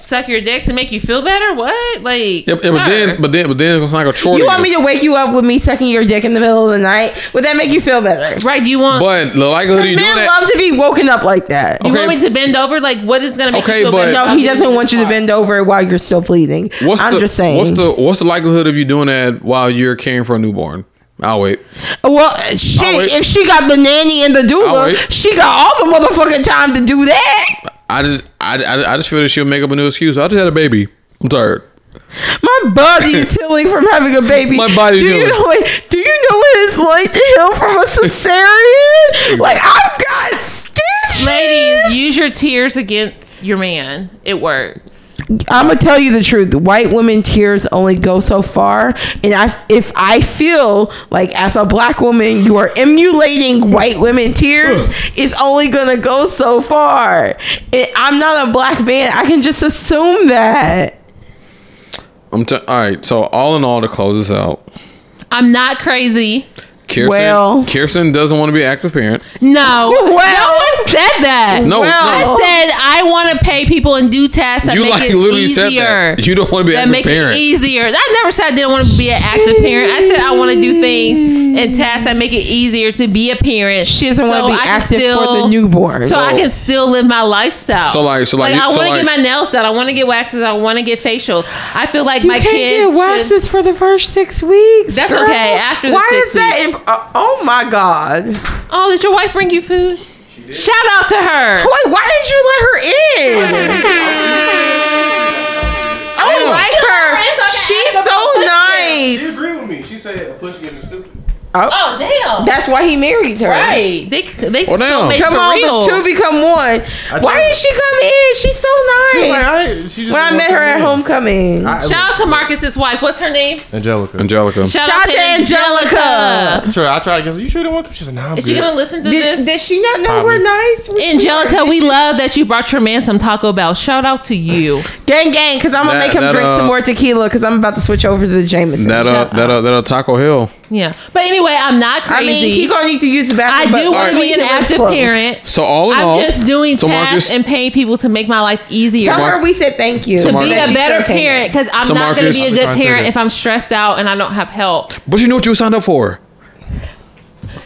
B: suck your dick to make you feel better? What? Like,
A: Yeah, yeah, but
B: sir.
A: then but then but then it's like a chore.
D: you
A: to
D: want
A: you.
D: me to wake you up with me sucking your dick in the middle of the night? Would that make you feel better?
B: right? Do you want?
A: But the likelihood of you
D: Men
A: doing that.
D: love to be woken up like that.
B: you
A: okay.
B: want me to bend over? Like, what is gonna make
A: Okay,
B: you feel
A: but-
B: better?
D: No,
B: about
D: he
B: getting
D: doesn't
B: this
D: want you to
B: far?
D: bend over while you're still bleeding.
A: What's
D: I'm
A: the,
D: just saying.
A: What's the what's the likelihood of you doing that while you're caring for a newborn? I'll wait.
D: Well, uh,
A: I'll
D: shit,
A: wait.
D: if she got the nanny and the
A: I'll
D: doula,
A: wait.
D: she got all the motherfucking time to do that.
A: I just I, I, I just feel that she'll make up a new excuse. I just had a baby. I'm tired.
D: My
A: <laughs>
D: body is healing from having a baby.
A: My body's
D: do you
A: healing.
D: know what, Do you know what it's like to heal from a
A: <laughs>
D: cesarean? like I've got skin.
B: Ladies, use your tears against your man. It works.
D: I'm gonna tell you the truth. White women tears only go so far, and I if I feel like as a black woman you are emulating white women tears, it's only gonna go so far. And I'm not a black man. I can just assume that.
A: I'm t- all right. So all in all, to close this out,
B: I'm not crazy.
A: Kirsten
D: Well-
A: Kirsten doesn't want to be an active parent.
B: No,
D: <laughs>
B: no
D: Well-
B: one said that.
A: No,
D: Well-
A: no.
B: I said I want to pay people and do tests that
A: You
B: make
A: like
B: it
A: literally
B: easier.
A: said that. You don't want to be an
B: that
A: active
B: make
A: parent.
B: it easier. I never said I didn't want to be an active parent. I said I want to do things and tasks that make it easier to be a parent.
D: She doesn't want
B: So
D: to be
B: I can
D: active for
B: still-
D: the newborn.
B: So, I can still live my lifestyle.
A: So like- so like you-
B: I
A: so
B: want to
A: like-
B: get my nails done. I want to get waxes. I want to get facials. I feel like
D: you
B: my
D: can't
B: kid
D: get
B: should-
D: waxes for the first six weeks.
B: That's okay, after the
D: why
B: six
D: is that?
B: weeks.
D: Imp- uh, oh my god! Wait,
B: Oh, did your wife bring you food? Shout out to her.
D: why did you let her in? I
A: Yeah.
D: like her.
B: It's okay.
D: She's
B: Ask
D: so
B: her
E: She
D: nice.
E: agreed with me. She said a pussy getting stupid.
B: Oh damn.
D: That's why he married her.
B: right. They they
A: Well, damn.
B: soulmates
D: Come
B: for
D: on,
B: real.
D: the two become one. Why didn't she come in? She's so
E: She
D: nice.
E: was like, I, she just
D: when I
E: don't
D: met
E: want
D: her
E: to
D: at
E: come in.
D: homecoming.
E: I-
B: Shout out to Marcus's wife. What's her name?
E: Angelica.
A: Angelica.
B: Shout,
D: Shout out to Angelica.
E: Sure, I tried to guess. You sure they want to? She said, Nah, I'm
B: Is she
E: good.
B: gonna listen to
D: did,
B: this?
D: did she not know we're nice? We-
B: Angelica, we love that you brought your man some Taco Bell. Shout out to you.
D: Gang, gang, because I'm going
A: That-
D: to make him
A: that,
D: drink
A: uh,
D: some more tequila because I'm about to switch over to the Jameson.
A: That uh,
B: Shut
A: that uh, that uh, Taco Hill.
B: Yeah. But anyway, I'm not
D: I
B: crazy.
D: mean, he going to need to use the
B: I
D: bathroom.
B: do
D: but-
B: want to be an
D: He lives
B: active
D: close.
B: parent.
A: So all in
B: I'm
A: all,
B: just doing
A: so Marcus-
B: tasks and paying people to make my life easier.
D: Tell
A: Mar-
D: her we said thank you.
A: To
B: to
A: Marcus-
B: be
D: that
B: a
D: she
B: better
D: still came.
B: parent because I'm
A: So
B: not going to
A: Marcus-
B: be a
A: I'll be
B: good
E: trying to
B: parent
E: do
B: if I'm stressed out and I don't have help.
A: But you know what you signed up for.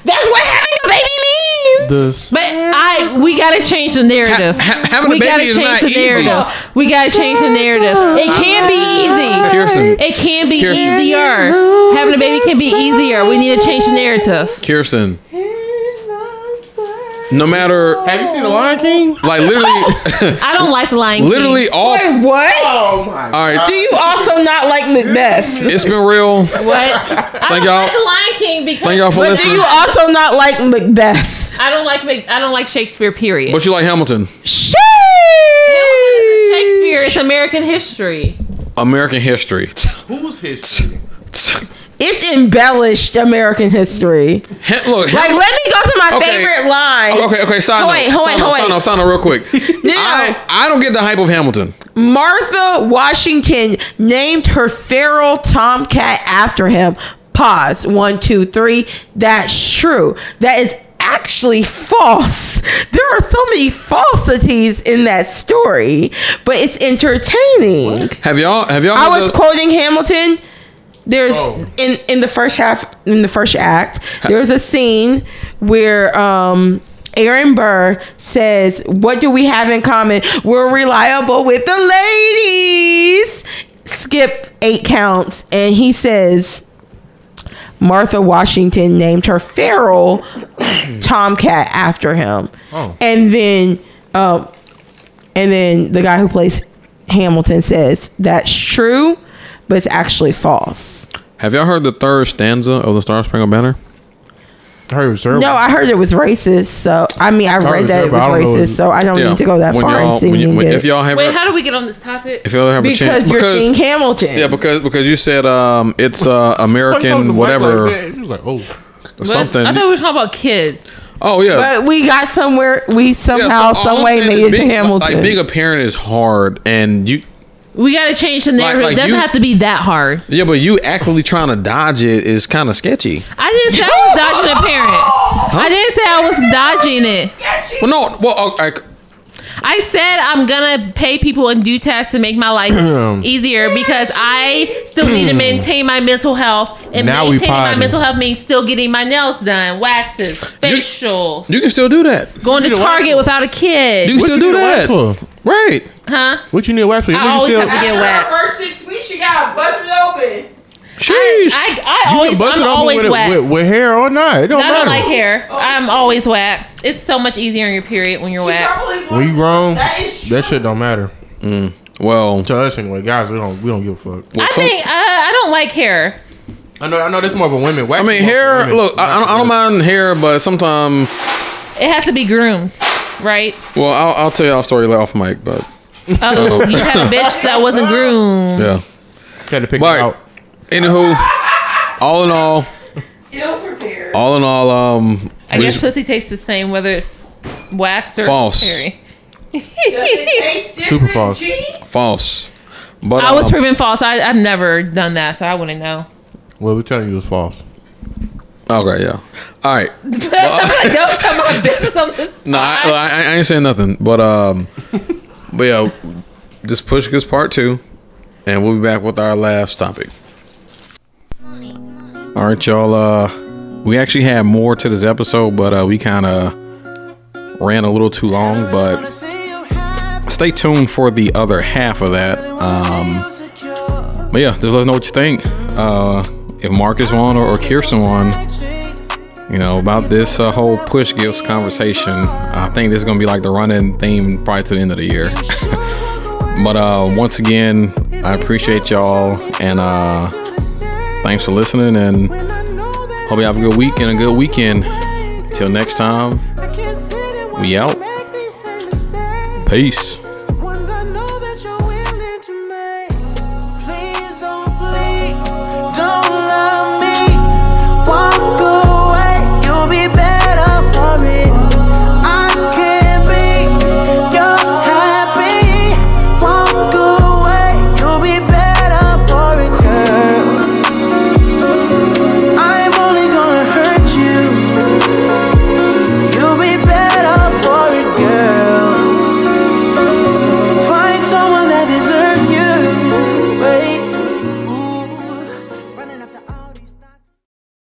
D: That's what having a baby means.
E: This.
B: But I, we got to change the narrative.
A: Ha- ha- having a
B: we
A: baby
B: gotta
A: is
B: change
A: not
B: the
A: easy.
B: narrative. We got to change the narrative. It can be easy.
A: Kirsten,
B: It can be
A: Kirsten.
B: easier. Having a baby can be easier. We need to change the narrative.
A: Kirsten. No matter
E: Have you seen The Lion King?
A: like literally,
B: <laughs> I don't like the Lion King.
A: literally all.
D: Wait, what?
E: my.
A: All right,
D: Do you also not like Macbeth?
A: it's been real.
B: What? I don't
A: y'all.
B: like the Lion King because
A: Thank y'all for
D: But do
A: listening.
D: you also not like Macbeth?
B: I don't like Mac- I don't like Shakespeare. Period.
A: But you like Hamilton,
D: Sheesh.
B: Shakespeare is American history.
A: American history. <laughs>
E: Who's history?
D: It's embellished American history.
A: Ha- Look,
D: Like, let me go to my
A: Okay.
D: favorite line.
A: Okay, okay, side
D: Wait,
A: note.
D: wait,
A: Side note,
D: wait.
A: Side note, side note, real
D: <laughs>
A: quick. I, I don't get the hype of Hamilton.
D: Martha Washington named her feral tomcat after him. Pause. One, two, three. That's true. That is actually false. <laughs> There are so many falsities in that story, but it's entertaining.
A: Have y'all? Have y'all?
D: I
A: heard
D: was
A: the-
D: quoting Hamilton. There's
E: Oh.
D: in in the first half in the first act. There's a scene where um Aaron Burr says, "What do we have in common? We're reliable with the ladies." Skip eight counts, and he says. Martha Washington named her feral <coughs> tomcat after him,
E: Oh.
D: and then um, and then the guy who plays Hamilton says, that's true, but it's actually false.
A: have y'all heard the third stanza of the Star Spangled Banner?
E: I heard it was terrible.
D: No, I heard it was racist. So, I mean, I
E: Sorry,
D: read that it
E: but
D: was
E: I don't know.
D: racist. So, I don't need to go that
A: When
D: far
A: y'all,
D: and see
A: when you-
D: you,
A: when-
D: get
A: if
D: it.
A: y'all have,
B: Wait,
A: a-
B: how do we get on this topic?
A: <laughs> if y'all have a chance,
D: Because you're seeing Hamilton.
A: yeah, because because you said um,
D: <laughs>
A: it's uh, American whatever
E: She was like, oh.
A: or
B: What?
A: something.
B: I thought we were talking about kids.
A: oh yeah,
D: but we got somewhere, we
A: Yeah,
D: somehow,
A: so all
D: some
A: I'm
D: way
A: saying
D: made
A: is
D: it to
A: being-
D: Hamilton.
A: Like being a parent is hard, and you
B: We got to change the narrative.
A: like
B: it doesn't
A: you-
B: have to be that hard.
A: yeah, but you actively trying to dodge it is kind of sketchy.
B: I didn't say I was dodging a parent. I didn't say I was dodging it.
A: Well, no, well, uh, I, I,
B: I said I'm gonna pay people and do tests to make my
E: <clears throat> Um,
B: life easier because I still need to maintain my mental health. And
E: Now we
B: maintaining my
E: potty.
B: mental health means still getting my nails done, waxes, facial,
A: you can still do that.
B: going to Target without a
A: You
B: kid.
A: can
E: What
A: still
E: you
A: do
E: need a
A: that,
E: wife for?
A: right?
B: Huh?
E: What you need a wife for? You
B: I
E: niggas
B: always
E: still,
B: have to get waxed.
D: first six weeks, she got busted open.
A: Sheesh.
B: I, I, I
E: you
B: always,
E: can bust
B: I'm
E: it open
B: always
E: with, it-
B: waxed.
E: with, with hair or not. It don't
B: I
E: matter.
B: don't like hair. I'm always waxed. It's so much easier in your period when you're waxed.
E: When you grown, that shit don't matter
A: well,
E: to us anyway. Guys, we don't we don't give a fuck.
A: well,
B: I
A: some-
B: think uh, I don't like hair.
E: I know I know that's more of a women.
A: I mean, hair. Look, I, I don't- I don't mind hair, but sometimes.
B: It has to be groomed,
A: <laughs>
B: right?
A: Well, I'll, I'll tell y'all a story later off mic, but
B: Oh, you had a bitch that wasn't groomed.
A: yeah.
E: Got to pick it
A: But
E: Mm-hmm. out.
A: anywho, all in all,
D: Ill prepared.
A: all in all, um,
B: I
A: we
B: guess
A: just-
B: pussy tastes the same whether it's waxed or
A: False.
B: hairy. <laughs>
E: Super false.
A: false. But
B: I was
A: um,
B: proven false. I, I've never done that, so I wouldn't know. <laughs>
E: Well, we're telling you it's false.
A: okay. Yeah. All right.
B: I'm like, don't
A: <laughs>
B: tell my business on this.
A: No, I, I, I ain't saying nothing. But um, but yeah, just push this part two, and we'll be back with our last topic. All right, y'all. Uh, we actually had more to this episode, but uh, we kind of ran a little too long. But stay tuned for the other half of that. Um, but yeah, just let us know what you think. Uh, if Marcus won or, or Kirsten won, you know, about this uh, whole push gifts conversation. I think this is going to be like the running theme probably to the end of the year. <laughs> but uh, once again, I appreciate y'all and uh, thanks for listening and hope you have a good week and a good weekend. Till next time, we out. Peace.